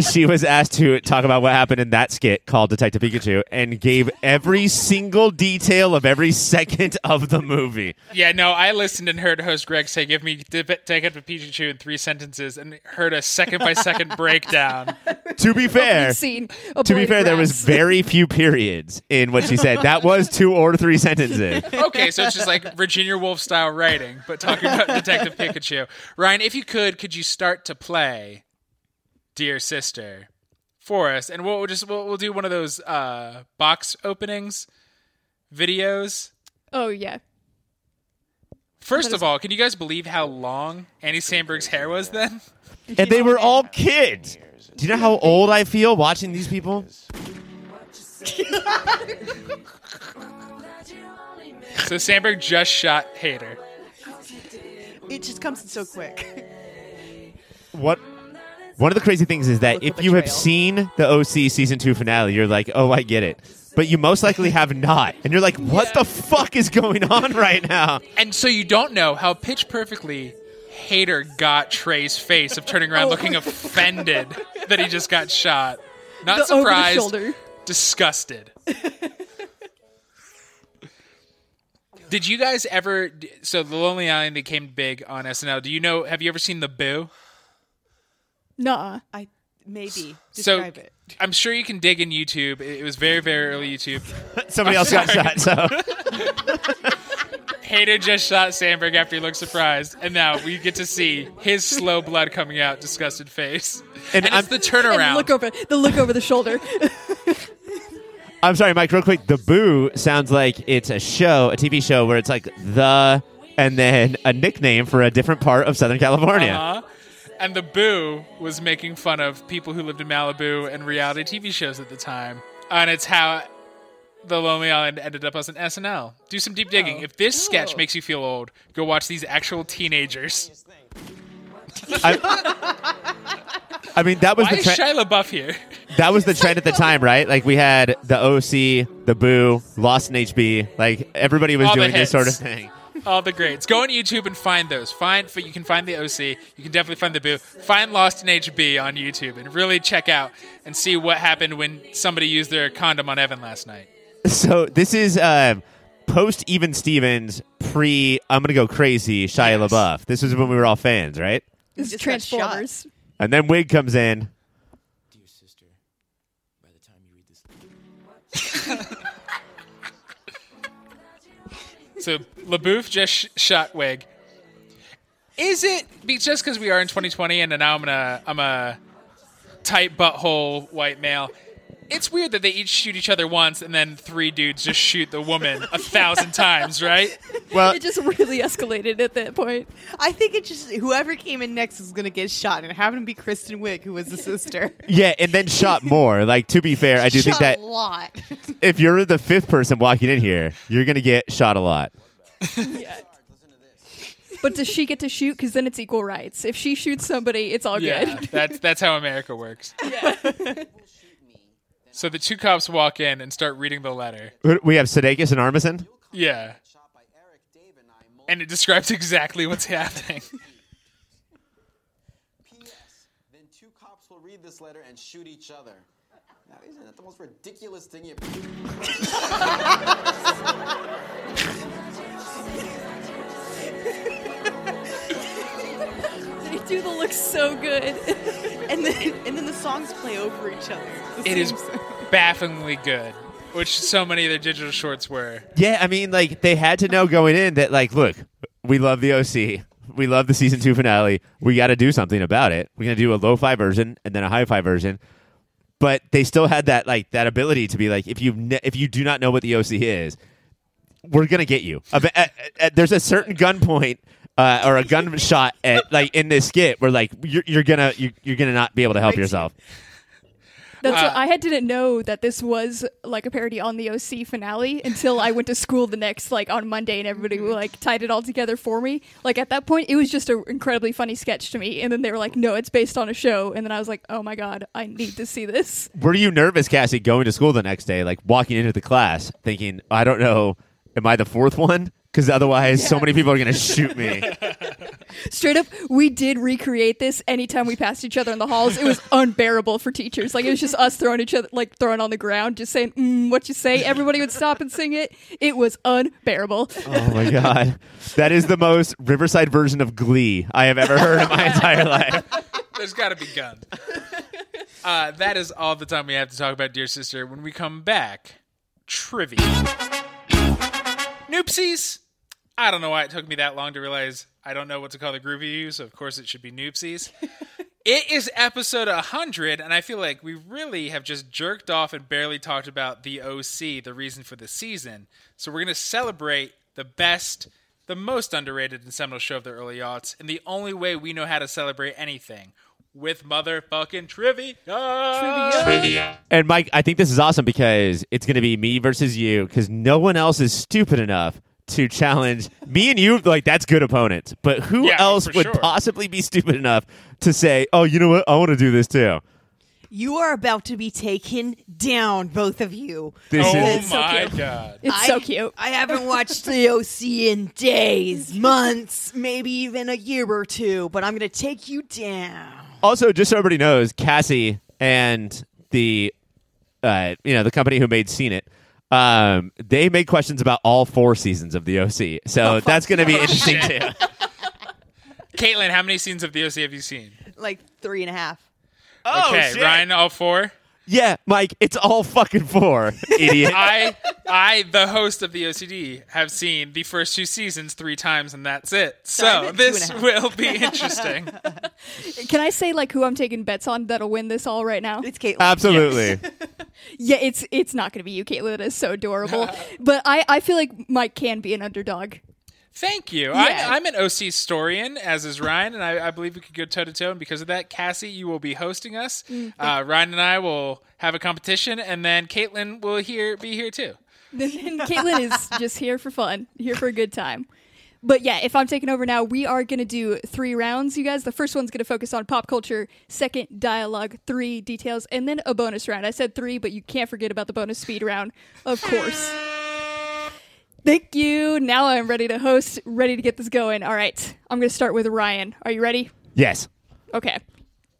She was asked to talk about what happened in that skit called Detective Pikachu and gave every single detail of every second of the movie.
Yeah, no, I listened and heard host Greg say, "Give me dip- take up a Pikachu in three sentences," and heard a second by second breakdown.
To be fair,
scene
Eh. to be fair, there was very few periods in what she said. That was two or three sentences.
Okay, so it's just like Virginia Woolf style writing, but talking about Detective Pikachu. Ryan, if you could, could you start to play Dear Sister for us? And we'll we'll just we'll, we'll do one of those uh, box openings videos.
oh yeah
First of all, can you guys believe how long Annie Sandberg's hair was then?
And they were all kids. Do you know how old I feel watching these people?
So Sandberg just shot Hater.
it just comes in so quick.
What? One of the crazy things is that
Look
if
at
you
the
have
trail.
seen the OC season two finale, you're like, oh, I get it. But you most likely have not. And you're like, what the fuck is going on right now?
And so you don't know how pitch perfectly Hater got Trey's face of turning
Oh
around looking offended that he just got shot. Not
the over the
surprised.
shoulder
disgusted. Did you guys ever? So the Lonely Island became big on SNL. Do you know? Have you ever seen the Boo?
Nuh-uh.
I maybe describe
so
it.
I'm sure you can dig in YouTube. It it was very very early YouTube.
Somebody else got shot. So
Hater just shot Sandberg after he looked surprised, and now we get to see his slow blood coming out, disgusted face, and,
I'm-
it's the
And
turnaround.
look over the look over the shoulder.
I'm sorry, Mike. Real quick, the Boo sounds like it's a show, a TV show where it's like the and then a nickname for a different part of Southern California.
Uh-huh. And the Boo was making fun of people who lived in Malibu and reality TV shows at the time. Uh, And it's how The Lonely Island ended up as an SNL. Do some deep digging. If this sketch makes you feel old, go watch these actual teenagers.
I mean, that was
Why
the
is
tre-
Shia LaBeouf here?
that was the trend at the time, right? Like we had the OC, the Boo, Lost in HB. Like everybody was
All the
doing this
hits.
sort of thing.
All the greats. Go on YouTube and find those. Find you can find the OC. You can definitely find the Boo. Find Lost in HB on YouTube and really check out and see what happened when somebody used their condom on Evan last night.
So this is um, post Even Stevens, pre I'm gonna go crazy Shia
Yes.
LaBeouf. This is when we were all fans, right?
It's
just got shot.
Transformers.
And then Wig comes in.
Dear sister, by the time you read this,
So LaBouf just sh- shot Wig. Is it be, just because we are in 2020 and now I'm gonna I'm a tight butthole white male? It's weird that they each shoot each other once and then three dudes just shoot the woman a thousand times, right?
Well,
It just really escalated at that point.
I think it just whoever came in next is gonna get shot, and it happened to be Kristen Wiig, who was the sister.
yeah, and then shot more. Like to be fair, I do think
shot
that
a lot.
if you're the fifth person walking in here, you're gonna get shot a lot.
But does she get to shoot? Because then it's equal rights. If she shoots somebody, it's all
Yeah,
good.
that's that's how America works. so the two cops walk in and start reading the letter.
Who- We have Sudeikis and Armisen.
Yeah,
shot by Eric, Dave, and I. Mold
and it describes exactly what's happening.
P.S. Then two cops will read this letter and shoot each other. Now, isn't that the most ridiculous thing you?
they do the look so good.
and then and then the songs play over each other. The
It is
same song.
bafflingly good, which so many of their digital shorts were.
Yeah, I mean, like they had to know going in that, like, look, we love the OC, we love the season two finale. We got to do something about it. We're gonna do a low fi version and then a high fi version. But they still had that like that ability to be like, if you ne- if you do not know what the OC is, we're gonna get you. A- a- a- there's a certain gunpoint uh, or a gunshot at like in this skit where like you're, you're gonna you're, you're gonna not be able to help yourself.
That's what, I had didn't know that this was like a parody on the OC finale until I went to school the next like on Monday and everybody
Mm-hmm.
like tied it all together for me. Like at that point, it was just an incredibly funny sketch to me, and then they were like, "No, it's based on a show," and then I was like, "Oh my god, I need to see this."
Were you nervous, Cassie, going to school the next day, like walking into the class, thinking, I don't know, am I the fourth one? Because otherwise, so many people are going to shoot me.
Straight up, we did recreate this anytime we passed each other in the halls. It was unbearable for teachers. Like it was just us throwing each other, like throwing on the ground, just saying, mm, "What you say?" Everybody would stop and sing it. It was unbearable.
oh my God. That is the most Riverside version of Glee I have ever heard in my entire life.
There's got to be guns. Uh, that is all the time we have to talk about Dear Sister. When we come back, trivia. Noopsies. I don't know why it took me that long to realize I don't know what to call the groovy you, so of course it should be Noopsies. it is episode 100, and I feel like we really have just jerked off and barely talked about the OC, the reason for the season. So we're going to celebrate the best, the most underrated and seminal show of the early aughts, and the only way we know how to celebrate anything with motherfucking trivia.
And Mike, I think this is awesome because it's going to be me versus you because no one else is stupid enough to challenge me and you. Like, that's good opponents. But who
Yeah,
else
for
would
sure.
possibly be stupid enough to say, oh, you know what? I want to do this too?
You are about to be taken down, both of you.
This
Oh
is.
my god.
It's so cute.
I haven't watched the OC in days, months, maybe even a year or two, but I'm going to take you down.
Also, just so everybody knows, Cassie and the uh, you know the company who made Seen It Um, they made questions about all four seasons of the OC, so that's going to be interesting
shit.
too.
Caitlin, how many scenes of the OC have you seen?
like three and a half.
Oh,
okay,
shit.
Ryan, all four.
Yeah, Mike, it's all fucking four, idiot.
I, I, the host of the OCD, have seen the first two seasons three times, and that's it.
I've
So
been two
this
and a
will be interesting.
Can I say like who I'm taking bets on that'll win this all right now?
It's Caitlin.
Absolutely.
Yeah, it's it's not going to be you, Caitlin. That is so adorable. but I I feel like Mike can be an underdog.
Thank you.
Yeah.
I'm, I'm an OC historian, as is Ryan, and I, I believe we could go toe to toe. And because of that, Cassie, you will be hosting us.
Mm,
Uh, Ryan and I will have a competition, and then Caitlin will here be here too.
And Caitlin is just here for fun, here for a good time. But yeah, if I'm taking over now, we are going to do three rounds, you guys. The first one's going to focus on pop culture, second, dialogue, three, details, and then a bonus round. I said three, but you can't forget about the bonus speed round, of course. Thank you. Now I'm ready to host, ready to get this going. All right, I'm going to start with Ryan. Are you ready?
yes.
Okay.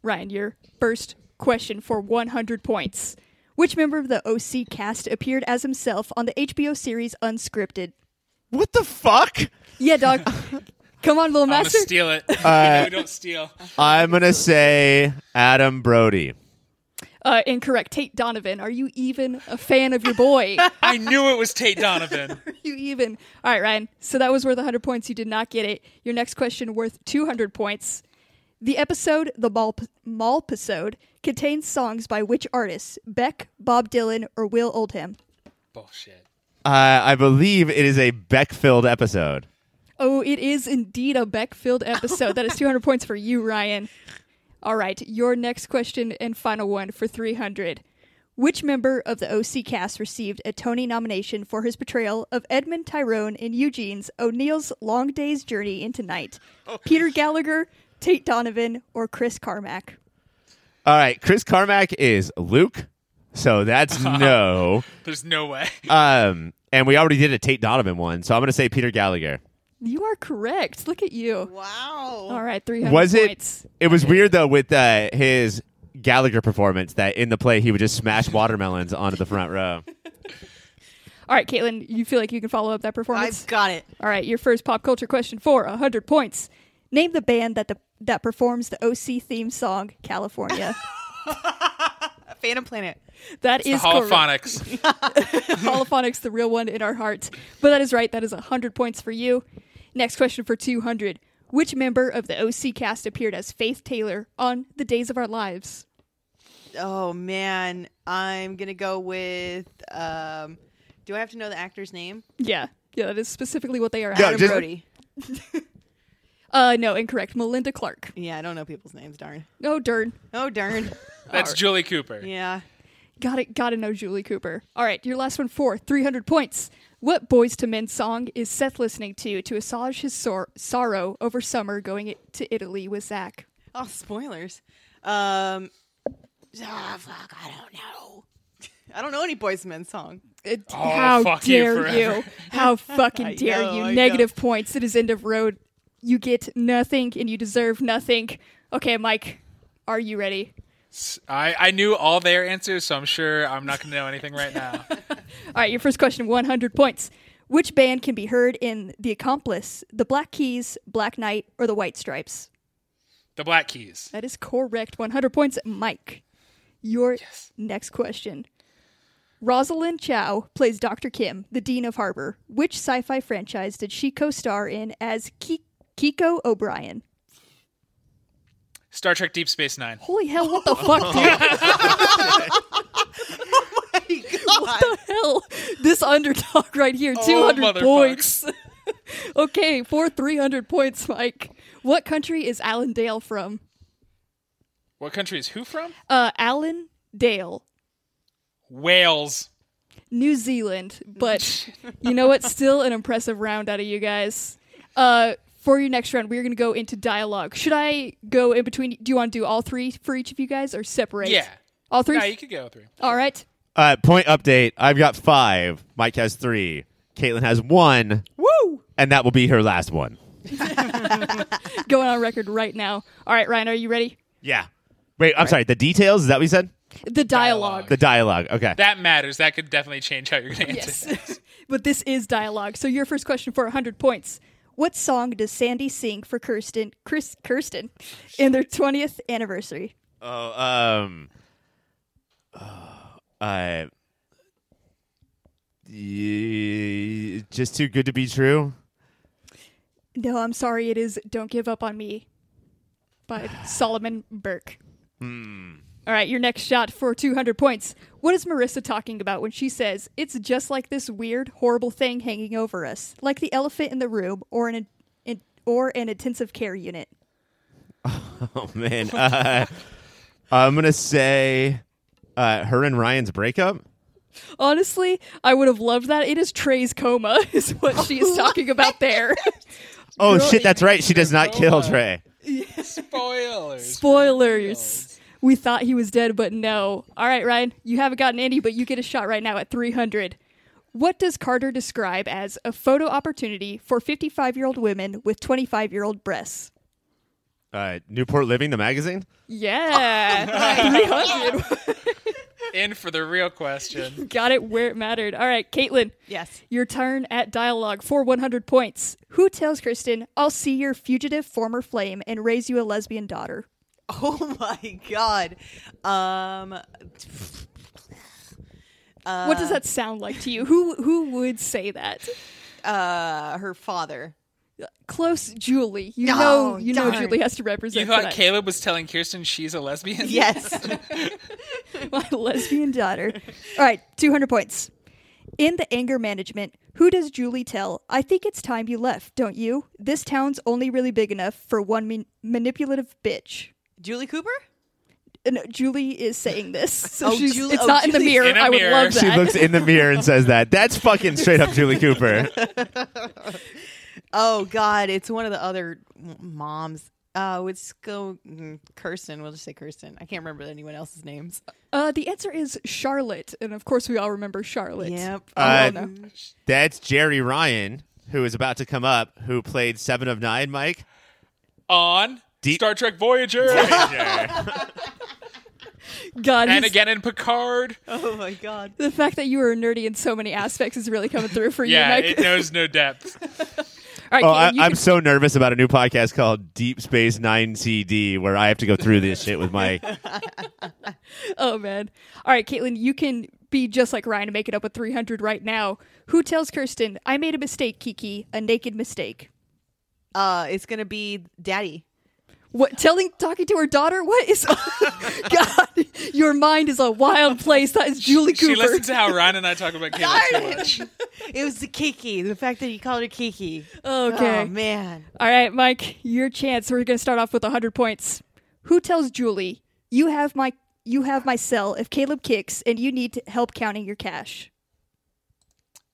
Ryan, your first question for 100 points. Which member of the OC cast appeared as himself on the HBO series Unscripted?
What the fuck?
Yeah, dog. Come on, little
I'm gonna
master.
steal it. You know we don't steal.
I'm gonna say Adam Brody.
Uh, incorrect. Tate Donovan. Are you even a fan of your boy?
I knew it was Tate Donovan.
Are you even? All right, Ryan. So that was worth 100 points. You did not get it. Your next question worth 200 points. The episode, the Mal- Malpisode, contains songs by which artists? Beck, Bob Dylan, or Will Oldham?
Bullshit.
Uh, I believe it is a Beckfield episode.
Oh, it is indeed a Beckfield episode. that is 200 points for you, Ryan. All right, your next question and final one for 300. Which member of the OC cast received a Tony nomination for his portrayal of Edmund Tyrone in Eugene's O'Neill's Long Day's Journey into Night?
Oh.
Peter Gallagher, Tate Donovan, or Chris Carmack?
All right, Chris Carmack is Luke, so that's no.
There's no way.
Um, and we already did a Tate Donovan one, so I'm gonna say Peter Gallagher.
You are correct. Look at you.
Wow.
All right, 300
Was
points.
it? It was weird though with uh, his Gallagher performance that in the play he would just smash watermelons onto the front row.
All right, Caitlin, you feel like you can follow up that performance?
I've got it.
All right, your first pop culture question for 100 points. Name the band that the, that performs the OC theme song California.
Phantom Planet.
That is
Hall of
correct.
Phonics.
Holophonics, the real one in our hearts. But that is right. That is 100 points for you. Next question for 200. Which member of the OC cast appeared as Faith Taylor on The Days of Our Lives?
Oh man, I'm gonna go with. Um, do I have to know the actor's name?
Yeah. Yeah, that is specifically what they are.
Yeah,
at.
Adam
just-
Brody.
Uh, no, incorrect. Melinda Clark.
Yeah, I don't know people's names. Darn.
Oh, darn.
Oh darn.
That's Julie Cooper.
yeah.
Got it. Got to know Julie Cooper. All right, your last one for 300 points. What Boys to Men song is Seth listening to to assuage his sor- sorrow over summer going it- to Italy with Zach?
Oh spoilers. Um. ah, fuck. I don't know. I don't know any Boys to Men song.
It-
Oh,
how
fuck you
dare
forever.
you? How fucking dare
know,
you?
I
Negative points. It is end of road. You get nothing and you deserve nothing. Okay, Mike, are you ready?
I, I knew all their answers, so I'm sure I'm not going to know anything right now.
All right, your first question, 100 points. Which band can be heard in The Accomplice, The Black Keys, Black Knight, or The White Stripes?
The Black Keys.
That is correct. 100 points, Mike. Your next question. Rosalind Chow plays Dr. Kim, the Dean of Harbor. Which sci fi franchise did she co star in as Ki- Kiko O'Brien?
Star Trek Deep Space Nine.
Holy hell, what the fuck, dude? Oh
God.
hell, this underdog right here, 200
motherfucks.
points. okay, for 300 points, Mike. What country is Alan Dale from?
What country is who from?
Uh, Alan Dale.
Wales.
New Zealand, but you know what? Still an impressive round out of you guys. Uh, for your next round, we're going to go into dialogue. Should I go in between? Do you want to do all three for each of you guys or separate?
Yeah.
All three?
No, you could go through.
all right.
Uh, point update: I've got five. Mike has three. Caitlin has one. Woo! And that will be her last one.
Going on record right now. All right, Ryan, are you ready?
Yeah. Wait, I'm sorry. The details? Is that what you said?
The dialogue.
The dialogue. Okay.
That matters. That could definitely change how you're going to answer.
Yes. but this is dialogue. So your first question for 100 points. What song does Sandy sing for Kirsten, Chris, Kirsten in their 20th anniversary?
oh, um, oh, uh, y- just too good to be true.
No, I'm sorry. It is Don't Give Up on Me by Solomon Burke. All right, your next shot for 200 points. What is Marissa talking about when she says, It's just like this weird, horrible thing hanging over us, like the elephant in the room or an, in, or an intensive care unit?
Oh man, uh, I'm gonna say uh, her and Ryan's breakup.
Honestly, I would have loved that. It is Trey's coma, is what she is talking about there.
Oh
Girl-
shit, that's right. She does not kill Trey.
Spoilers.
Spoilers. We thought he was dead, but no. All right, Ryan, you haven't gotten any, but you get a shot right now at 300. What does Carter describe as a photo opportunity for 55 year old women with 25 year old breasts?
Uh, Newport Living, the magazine.
Yeah. 300.
In for the real question.
Got it where it mattered. All right, Caitlin,
Yes.
your turn at dialogue for 100 points. Who tells Kristen, I'll see your fugitive former flame and raise you a lesbian daughter?
Oh my god. Um.
what does that sound like to you? Who who would say that?
Uh. Her father.
Close Julie. You
No,
know you know
darn.
Julie has to
You
represent
thought
tonight.
Caleb was telling Kirsten she's a lesbian?
Yes.
my lesbian daughter. All right, 200 points. In the anger management, who does Julie tell, I think it's time you left, don't you? This town's only really big enough for one man- manipulative bitch.
Julie Cooper.
And Julie is saying this. So
Oh,
she's,
Julie-
it's
oh,
not in the
Julie's-
mirror.
In a
I would
mirror.
love that.
She looks in the mirror and says that. That's fucking straight up Julie Cooper.
Oh God, it's one of the other m- moms. Uh, let's go mm, Kirsten. We'll just say Kirsten. I can't remember anyone else's names.
uh, the answer is Charlotte. And of course, we all remember Charlotte.
Yep.
Uh,
no.
That's Jerry Ryan, who is about to come up, who played Seven of Nine, Mike.
On
Deep-
Star Trek Voyager.
God,
and
he's-
again in Picard.
Oh my God.
the fact that you are nerdy in so many aspects is really coming through for
Yeah,
you, Mike.
it knows no depth.
all right,
Oh,
Caitlin,
I,
you
I'm
can-
so nervous about a new podcast called Deep Space Nine CD, where I have to go through this shit with Mike.
Oh man. All right, Caitlin, you can be just like Ryan and make it up with 300 right now. Who tells Kirsten, I made a mistake, Kiki, a naked mistake?
Uh, it's gonna be Daddy.
What telling talking to her daughter? What is God? Your mind is a wild place. That is Julie Cooper.
She listens to how Ryan and I talk about Caleb too much.
It was the Kiki. The fact that you called her Kiki.
okay.
Oh man.
All right, Mike, your chance. We're going to start off with 100 points. Who tells Julie, "You have my you have my cell if Caleb kicks and you need help counting your cash?"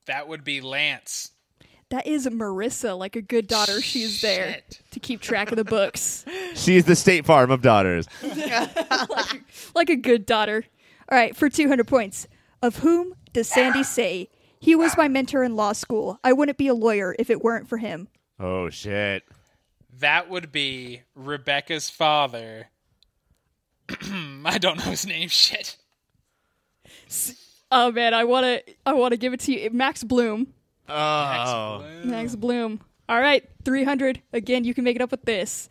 That would be Lance.
That is Marissa, like a good daughter. She's there to keep track of the books.
She's the State Farm of daughters.
like, like a good daughter. All right, for 200 points. Of whom does Sandy say, He was my mentor in law school. I wouldn't be a lawyer if it weren't for him.
Oh shit!
That would be Rebecca's father. I don't know his name. Shit.
Oh man, I want to I want to give it to you. Max Bloom.
Oh,
Max Bloom. All right, 300. Again, you can make it up with this.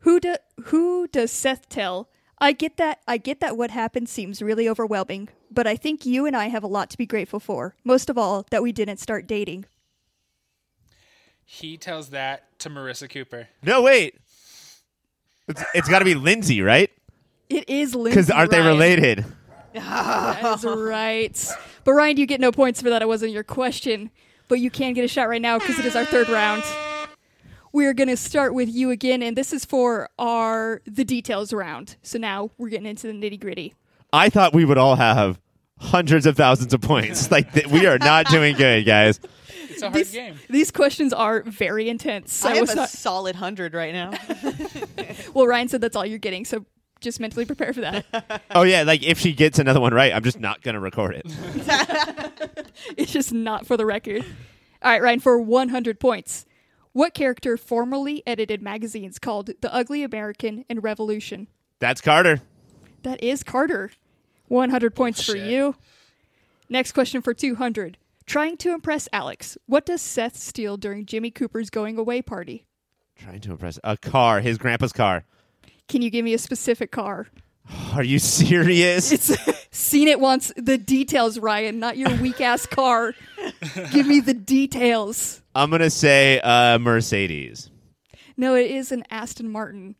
Who do, who does Seth tell? I get that I get that what happened seems really overwhelming, but I think you and I have a lot to be grateful for. Most of all, that we didn't start dating.
He tells that to Marissa Cooper.
no, wait. It's, it's got to be Lindsay, right?
It is Lindsay.
Because aren't they
Ryan.
related?
That's
Uh-huh.
right. But Ryan, you get no points for that. It wasn't your question. But you can get a shot right now because it is our third round. We're going to start with you again, and this is for our the details round. So now we're getting into the nitty gritty.
I thought we would all have hundreds of thousands of points. Like th- we are not doing good, guys.
It's a hard
These,
game.
these questions are very intense.
I
I
have
was
a
not,
solid hundred right now.
well, Ryan said that's all you're getting, so just mentally prepare for that.
Oh yeah, like if she gets another one right, I'm just not gonna record it.
It's just not for the record. All right, Ryan, for 100 points. What character formerly edited magazines called The Ugly American and Revolution?
That's Carter.
That is Carter. 100 points for
Shit.
you. Next question for 200. Trying to impress Alex, what does Seth steal during Jimmy Cooper's going away party?
Trying to impress a car, his grandpa's car.
Can you give me a specific car?
Are you serious?
It's seen it once. The details, Ryan, not your weak ass car. Give me the details.
I'm gonna say uh, Mercedes.
No, it is an Aston Martin.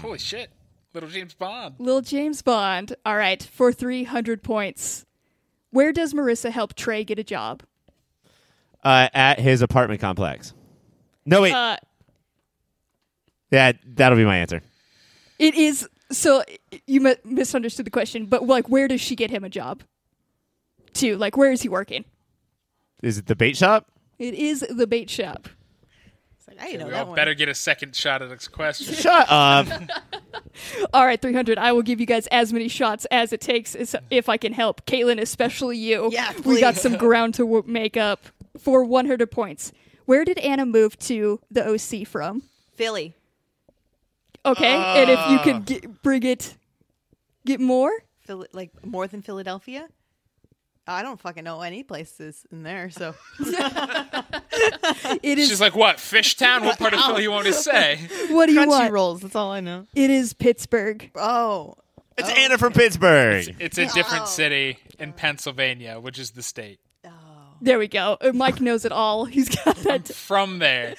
Holy shit. Little James Bond.
Lil James Bond. All right, for 300 points. Where does Marissa help Trey get a job?
Uh, at his apartment complex. No wait,
Uh,
yeah, that'll be my answer.
it is so you mi- misunderstood the question, but like where does she get him a job? To like where is he working?
Is it the bait shop?
It is the bait shop.
It's like, I didn't know
We
that
all
one.
better get a second shot at this question.
Shut up.
All right, 300. I will give you guys as many shots as it takes is- if I can help. Caitlin, especially you.
Yeah,
We got
please.
some ground to w- make up for 100 points. Where did Anna move to the OC from?
Philly.
Okay, and if you
Ah.
could get, bring it, get more.
Phil- like more than Philadelphia? I don't fucking know any places in there, so
It is
She's like, what? Fish Town? What part of Philly you want me to say?
what do you
crunchy
want?
rolls. That's all I know.
It is Pittsburgh.
Oh,
It's Anna from Pittsburgh.
It's a different city in Pennsylvania, which is the state.
There we go. Uh, Mike knows it all. He's got that.
From there.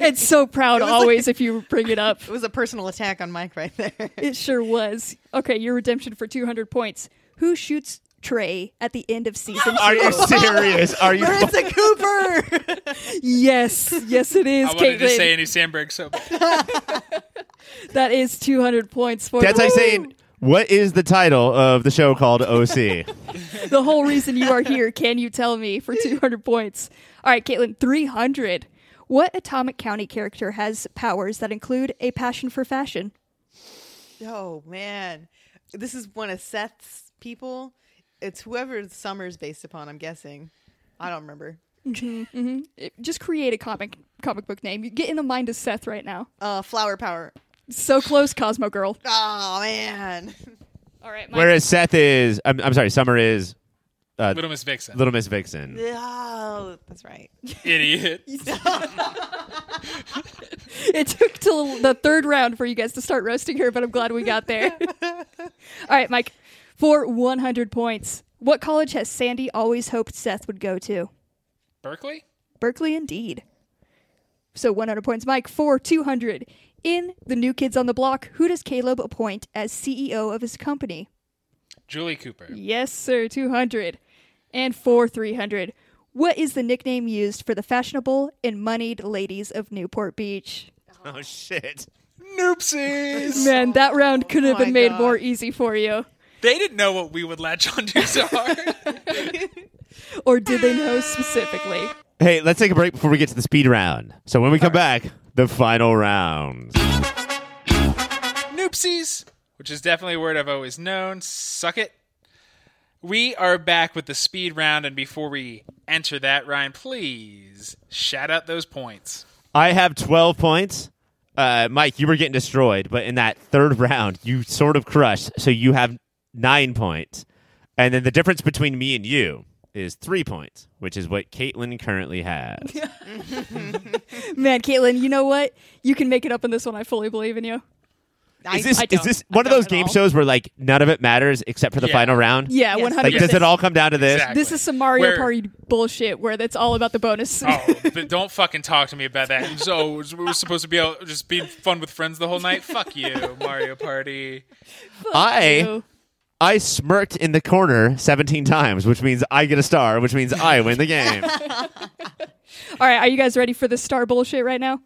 It's so proud always if you bring it up.
it was a personal attack on Mike right there.
It sure was. Okay, your redemption for 200 points. Who shoots Trey at the end of season?
Are you serious? Are you?
Marissa Cooper.
yes, yes, it is,
I wanted to
Caitlin.
say Andy Sandberg so bad.
that is 200 points for
That's
the,
like saying, what is the title of the show called OC?
the whole reason you are here. Can you tell me for 200 points? All right, Caitlin, 300. What Atomic County character has powers that include a passion for fashion?
oh man, this is one of Seth's people. It's whoever Summer's based upon. I'm guessing. I don't remember.
It- Just create a comic comic book name. You get in the mind of Seth right now.
Uh, Flower Power.
So close, Cosmo Girl.
Oh man,
All right, Mike.
Whereas Seth is, I'm, I'm sorry, Summer is
Little Miss Vixen.
Little Miss Vixen.
oh, that's right.
Idiot.
It took till the third round for you guys to start roasting her, but I'm glad we got there. All right, Mike, for 100 points, what college has Sandy always hoped Seth would go to?
Berkeley?
Berkeley, indeed. So 100 points, Mike, for 200. In The New Kids on the Block, who does Caleb appoint as CEO of his company?
Julie Cooper.
Yes, sir, 200. And for 300. What is the nickname used for the fashionable and moneyed ladies of Newport Beach?
Oh, shit.
Noopsies.
Man, that round could have
my
been made
God.
more easy for you.
They didn't know what we would latch onto so hard.
Or did they know specifically?
Hey, let's take a break before we get to the speed round. So when we come back, the final round.
Noopsies, which is definitely a word I've always known. Suck it. We are back with the speed round, and before we enter that, Ryan, please shout out those points.
I have 12 points. Uh, Mike, you were getting destroyed, but in that third round, you sort of crushed. So you have nine points. And then the difference between me and you is three points, which is what Caitlin currently has.
Man, Caitlin, you know what? You can make it up in this one. I fully believe in you.
I,
Is this
I
is
don't.
this
I
one of
don't
those
at
game
all.
shows where like none of it matters except for the
Yeah.
final round?
Yeah,
Yes.
100%.
Like does it all come down to this?
Exactly.
This is some Mario
Where-
Party bullshit where that's all about the bonus.
Oh, but don't fucking talk to me about that. And So we were supposed to be out just being fun with friends the whole night. Fuck you, Mario Party.
I
So,
I smirked in the corner 17 times, which means I get a star, which means I win the game.
all right, are you guys ready for the star bullshit right now?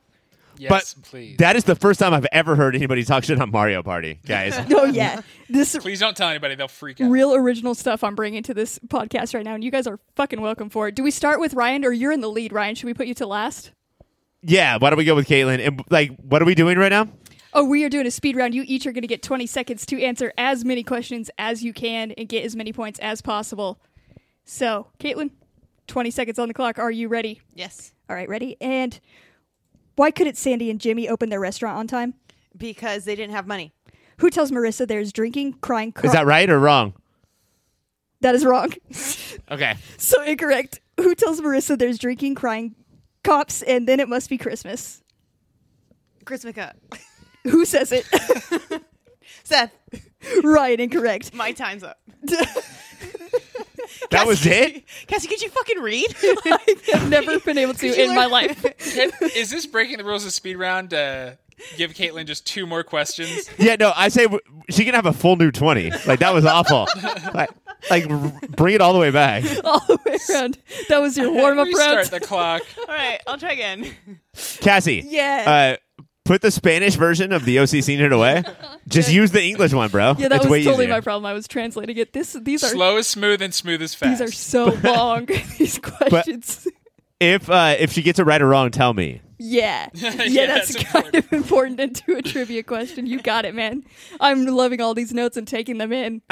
Yes,
But
please.
That is the first time I've ever heard anybody talk shit on Mario Party, guys.
Oh, yeah. This
please don't tell anybody; they'll freak out.
real original stuff I'm bringing to this podcast right now, and you guys are fucking welcome for it. Do we start with Ryan, or you're in the lead, Ryan? Should we put you to last?
yeah, why don't we go with Caitlin? And like, what are we doing right now?
Oh, we are doing a speed round. You each are going to get 20 seconds to answer as many questions as you can and get as many points as possible. So, Caitlin, 20 seconds on the clock. Are you ready?
yes,
All right, ready? And why couldn't Sandy and Jimmy open their restaurant on time?
because they didn't have money.
who tells Marissa there's drinking, crying, cro-
Is that right or wrong?
That is wrong.
Okay.
so incorrect. Who tells Marissa there's drinking, crying, cops, and then it must be Christmas?
Chris McCa.
Who says it?
Seth,
Ryan, incorrect.
my time's up.
That was it?
Cassie, could you fucking read?
I've never been able to in my life.
Is this breaking the rules of speed round to give Caitlin just two more questions?
Yeah, no, I say w- she can have a full new 20. Like, that was awful. like, like, r- bring it all the way back.
All the way around. That was your warm up round.
Restart the clock.
All right, I'll try again.
Cassie.
Yeah.
Uh, put the Spanish version of the OC senior away. Just use the English one, bro.
yeah, that
it's
was
way
totally
easier.
my problem. I was translating it. This these are
Slow is smooth and smooth is fast.
these are so long. these questions.
If uh, if she gets it right or wrong, tell me.
yeah. Yeah,
Yeah,
that's,
that's
kind of important into a trivia question. You got it, man. I'm loving all these notes and taking them in.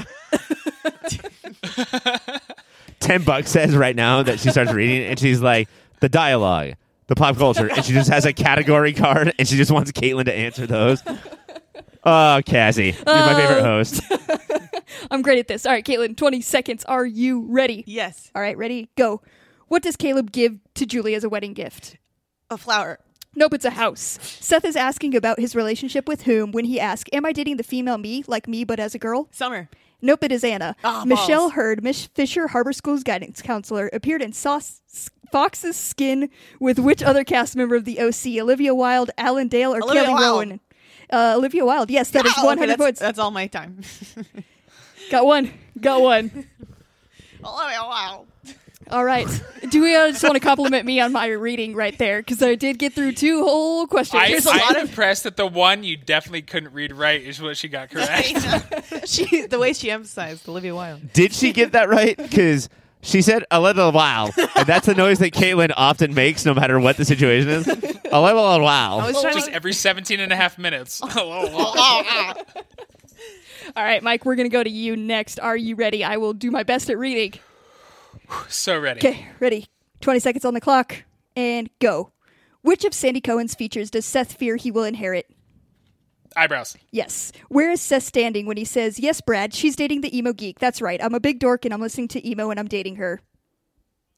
Ten bucks says right now that she starts reading and she's like the dialogue, the pop culture, and she just has a category card and she just wants Caitlin to answer those. Oh, Cassie, you're my favorite
Oh.
host.
I'm great at this. All right, Caitlin, 20 seconds. Are you ready?
Yes,
All right, ready? Go. What does Caleb give to Julie as a wedding gift?
a flower.
Nope, it's a house. Seth is asking about his relationship with whom when he asks, Am I dating the female me, like me, but as a girl?
Summer.
Nope, it is Anna.
Ah,
Michelle
balls.
Hurd, Miss Fisher Harbor School's guidance counselor, appeared in Sauce, Fox's Skin with which other cast member of the OC? Olivia Wilde, Alan Dale, or
Olivia
Kelly
Wilde.
Rowan? Uh, Olivia Wilde. Yes, that is
Oh, okay,
100
that's,
points.
That's all my time.
Got one. Got one.
oh, wow.
All right. Do we uh, just want to compliment me on my reading right there? Because I did get through two whole questions.
I,
There's a
I'm
lot of
impressed that the one you definitely couldn't read right is what she got correct.
she, the way she emphasized Olivia Wilde.
Did she get that right? Because she said a little wow, and that's the noise that Caitlin often makes, no matter what the situation is. A little wow.
I was trying
Just
to.
every 17 and a half minutes. Oh,
All right, Mike, we're going to go to you next. Are you ready? I will do my best at reading.
so ready.
Okay, ready. 20 seconds on the clock and go. Which of Sandy Cohen's features does Seth fear he will inherit?
Eyebrows.
Yes. Where is Seth standing when he says, Yes, Brad, she's dating the emo geek? That's right. I'm a big dork and I'm listening to emo and I'm dating her.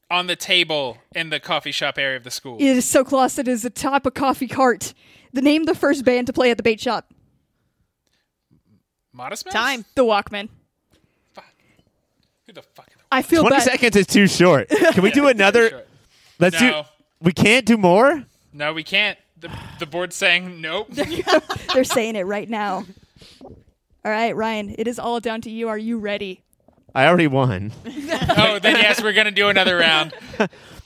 On the table in the coffee shop area of the school.
It is so close, it is atop a coffee cart. The name the first band to play at the bait shop
Modest Mouse?
Time.
The Walkman.
Fuck. Who the fuck? Are
I feel
20
bad.
seconds is too short. Can we do another? Let's
No.
do. We can't do more.
No, we can't. The, the board's saying nope.
They're saying it right now. All right, Ryan, it is all down to you. Are you ready?
I already won.
oh, then yes, we're going to do another round.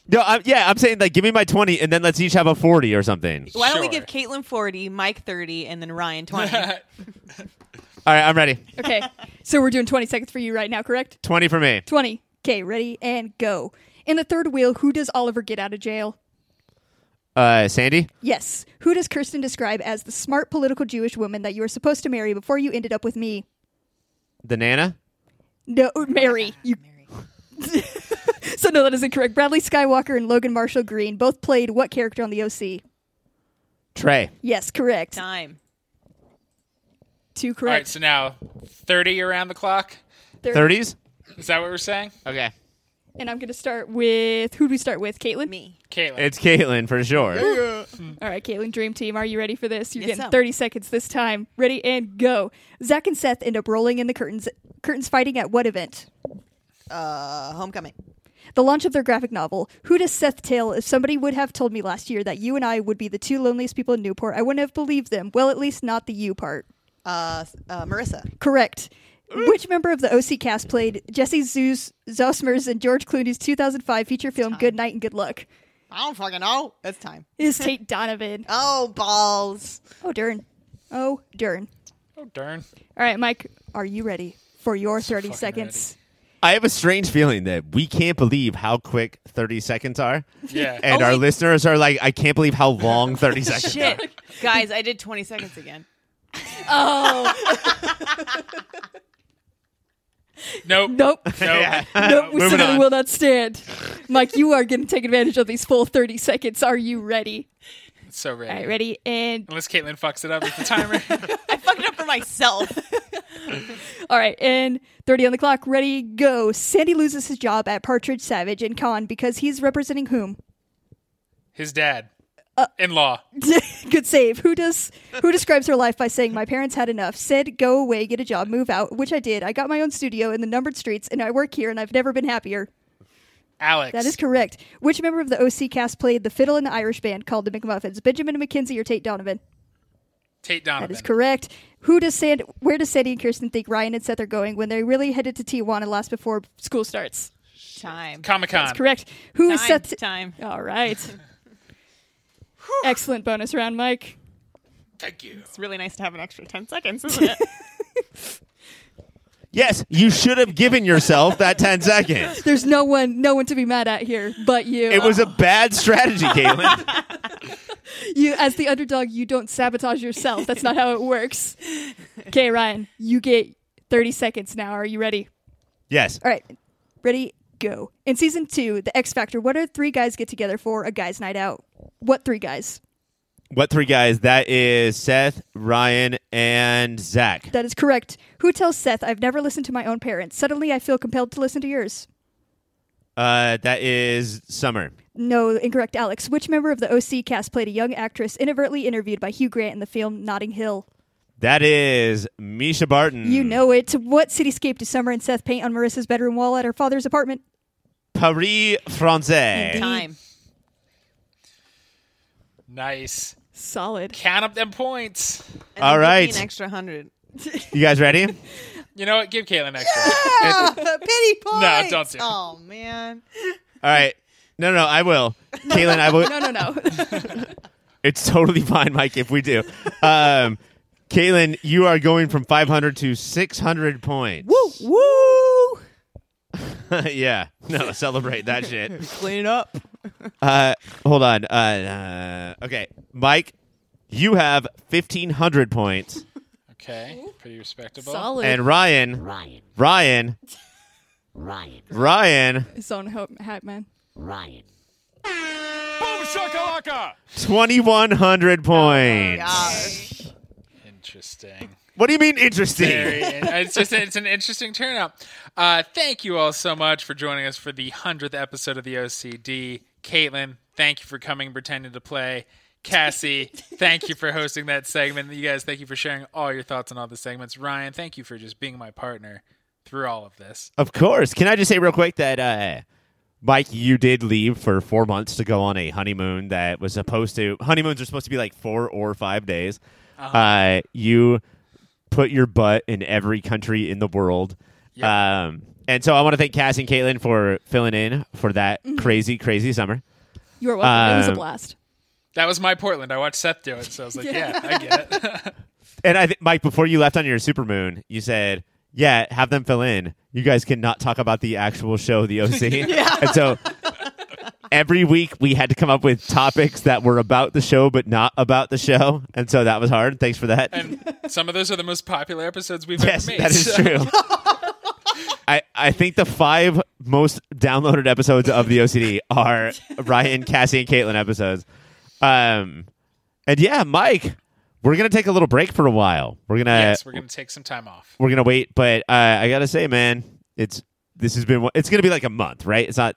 No, I'm, yeah, I'm saying like give me my twenty, and then let's each have a forty or something.
Why don't we
Sure.
give Caitlin 40, Mike 30, and then Ryan 20?
All right, I'm ready.
Okay. so we're doing 20 seconds for you right now, correct?
Twenty for me.
20. Okay, ready and go. In the third wheel, who does Oliver get out of jail?
Uh, Sandy,
Yes. Who does Kirsten describe as the smart political Jewish woman that you were supposed to marry before you ended up with me?
the Nana.
No, Mary. You. so no, that is incorrect. Bradley Skywalker and Logan Marshall Green both played what character on the OC?
Trey.
Yes, correct.
Time.
All
Two
right,
correct.
so now 30 around the clock.
Thirties.
Is that what we're saying?
Okay.
And I'm going to start with who do we start with? Caitlin.
Me.
Caitlin.
It's Caitlin for sure.
All right, Caitlin, Dream Team, are you ready for this? You're
Yes,
getting
I'm.
30 seconds this time. Ready and go. Zach and Seth end up rolling in the curtains. Curtains fighting at what event?
Uh, homecoming.
The launch of their graphic novel. Who does Seth tell if somebody would have told me last year that you and I would be the two loneliest people in Newport? I wouldn't have believed them. Well, at least not the you part.
Uh, s- uh, Marissa.
Correct. Which member of the OC cast played Jesse Zeus, Zosmers, and George Clooney's 2005 feature film Good Night and Good Luck?
I don't fucking know. That's time.
It Is Tate Donovan.
Oh, balls.
Oh, darn. Oh, darn.
oh, darn.
All right, Mike, are you ready for your 30
fucking
seconds?
I have a strange feeling that we can't believe how quick thirty seconds are,
Yeah.
and
Oh,
our
wait.
listeners are like, I can't believe how long thirty seconds. Are.
Shit. Guys, I did 20 seconds again.
Oh.
nope.
Nope.
Nope.
nope. We
Moving
said it
on.
will not stand. Mike, you are going to take advantage of these full 30 seconds. Are you ready?
It's so
All right,
ready.
ready? And
Unless Caitlin fucks it up with the timer.
I fucked it up for myself.
All right, and 30 on the clock, ready, go. Sandy loses his job at Partridge Savage and Con because he's representing whom?
His dad.
Uh,
In law.
Good save. Who does who describes her life by saying my parents had enough? Said go away, get a job, move out, which I did. I got my own studio in the numbered streets and I work here and I've never been happier.
Alex.
That is correct. Which member of the OC cast played the fiddle in the Irish band called the McMuffins? Benjamin McKenzie or Tate Donovan?
Tate Donovan.
That is correct. Who does Sand where does Sandy and Kirsten think Ryan and Seth are going when they really headed to Tijuana last before school starts?
time.
Comic Con.
Correct. Who is
Time.
Seth
Time.
All right. Excellent bonus round, Mike.
Thank you.
It's really nice to have an extra 10 seconds, isn't it?
Yes, you should have given yourself that 10 seconds.
There's no one, no one to be mad at here, but you.
It was a bad strategy, Caitlin.
you as the underdog. You don't sabotage yourself. That's not how it works. Okay, Ryan, you get 30 seconds now. Are you ready?
Yes.
All right, ready, go. In season two, the X Factor. What are three guys get together for a guys' night out? What three guys?
What three guys? That is Seth, Ryan, and Zach.
That is correct. Who tells Seth, "I've never listened to my own parents"? Suddenly, I feel compelled to listen to yours.
Uh, that is Summer.
No, incorrect, Alex. Which member of the OC cast played a young actress inadvertently interviewed by Hugh Grant in the film Notting Hill?
That is Misha Barton.
You know it. What cityscape do Summer and Seth paint on Marissa's bedroom wall at her father's apartment?
Paris Francais.
time.
Nice.
Solid.
Count up them points.
And
All
then give me
right.
An extra 100.
You guys ready?
You know what? Give Caitlin extra.
Ah, pity points.
No, don't do it.
Oh, man.
All right. No, no, I will. Caitlin, I will.
No, no, no.
It's totally fine, Mike, if we do. Um, Caitlin, you are going from 500 to 600 points.
Woo, woo.
yeah. No, celebrate that shit.
Clean it up.
Uh, hold on. Uh, uh, okay. Mike, you have 1,500 points.
Okay. Pretty respectable.
Solid.
And Ryan,
Ryan,
Ryan,
Ryan,
Ryan,
His own hope, hat man.
Ryan.
Boom shakalaka.
2,100
Oh,
points.
Interesting.
What do you mean interesting?
Very. it's just it's an interesting turnout. Uh, thank you all so much for joining us for the hundredth episode of the OCD. Caitlin, thank you for coming, pretending to play. Cassie, thank you for hosting that segment. You guys, thank you for sharing all your thoughts on all the segments. Ryan, thank you for just being my partner through all of this.
Of course. Can I just say real quick that uh, Mike, you did leave for four months to go on a honeymoon that was supposed to honeymoons are supposed to be like four or five days. uh you put your butt in every country in the world. Um, and so I want to thank Cass and Caitlin for filling in for that crazy, crazy summer.
You are welcome. it was a
Um,
blast.
That was my Portland. I watched Seth do it, so I was like, yeah, I get it.
And I think Mike, before you left on your supermoon, you said, "Yeah, have them fill in. You guys cannot talk about the actual show, the OC." And so every week we had to come up with topics that were about the show but not about the show, and so that was hard. Thanks for that.
And some of those are the most popular episodes we've
yes,
ever made.
that is
so-
true. I, I think the five most downloaded episodes of the OCD are Ryan, Cassie, and Caitlin episodes. Um, and yeah, Mike, we're gonna take a little break for a while. We're gonna
Yes, we're going to take some time off.
we're gonna wait. But uh, I gotta say, man, it's this has been one- it's gonna be like a month, right? It's not.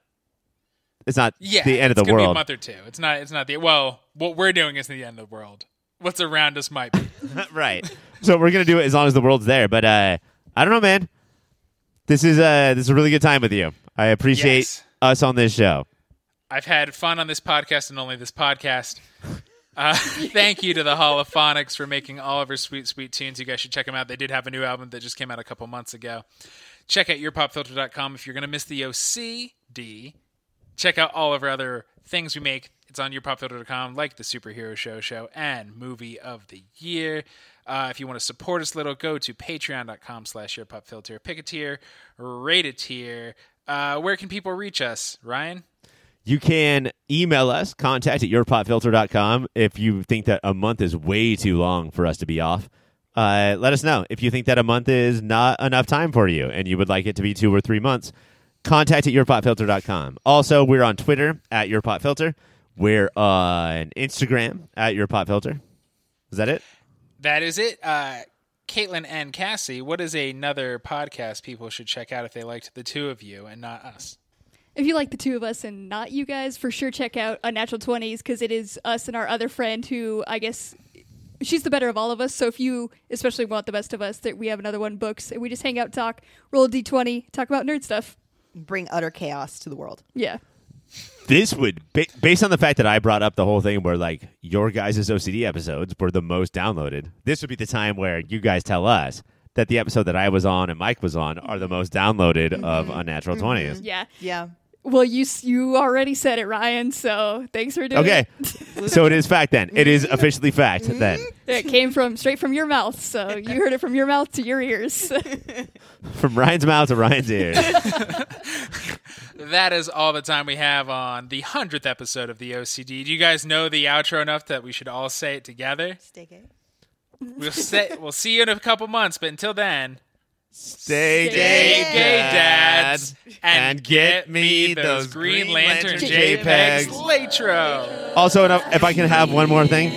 It's not
Yeah,
the end of
it's
the
gonna Be a
world.
month or two. It's not. It's not the. Well, what we're doing isn't the end of the world. What's around us might be.
right. So we're gonna do it as long as the world's there. But uh, I don't know, man. This is uh this is a really good time with you. I appreciate
Yes.
us on this show.
I've had fun on this podcast and only this podcast. Uh, thank you to the Holophonics for making all of our sweet, sweet tunes. You guys should check them out. They did have a new album that just came out a couple months ago. Check out yourpopfilter.com if you're going to miss the OCD. Check out all of our other things we make. It's on yourpopfilter.com, like the Superhero Show Show and Movie of the Year. Uh, if you want to support us a little, go to patreon.com slash yourpopfilter. Pick a tier, rate a tier. Uh, where can people reach us, Ryan?
You can email us, contact at yourpopfilter.com, if you think that a month is way too long for us to be off. Uh, let us know if you think that a month is not enough time for you and you would like it to be two or three months. Contact at yourpopfilter.com. Also, we're on Twitter at yourpopfilter. We're on Instagram at your pop filter. Is that it?
That is it. Uh, Caitlin and Cassie, what is another podcast people should check out if they liked the two of you and not us?
If you like the two of us and not you guys, for sure check out Unnatural Twenties because it is us and our other friend who I guess she's the better of all of us. So if you especially want the best of us, that we have another one books and we just hang out, talk, roll a d twenty, talk about nerd stuff.
Bring utter chaos to the world.
Yeah,
This would, ba- based on the fact that I brought up the whole thing where like your guys' OCD episodes were the most downloaded, this would be the time where you guys tell us that the episode that I was on and Mike was on are the most downloaded of
Mm-hmm.
Unnatural 20s.
yeah.
Yeah.
Well, you s- you already said it, Ryan. So thanks for doing
Okay.
it.
so it is fact then. It is officially fact
Mm-hmm.
then.
It came from straight from your mouth, so you heard it from your mouth to your ears.
From Ryan's mouth to Ryan's ears.
That is all the time we have on the 100th episode of the OCD. Do you guys know the outro enough that we should all say it together?
Stay gay.
We'll, say, we'll see you in a couple months, but until then.
Stay
gay, gay dads, and, get me those Green Lantern JPEGs, Latro.
Also, and if I can have one more thing.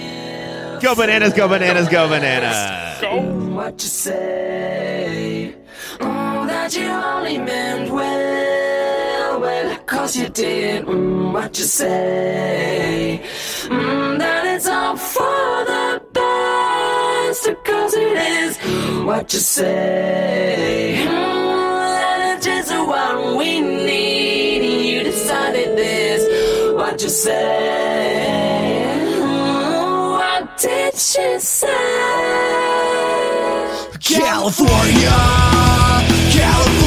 Go bananas, go bananas, go bananas.
what you say. Mm, that you only meant well, well, cause you did mm, what you say. Mm, that it's all for the best, cause it is what you say. Mm, that it's just what we need, you decided this, what you say. Mm, what did she say?
California, California.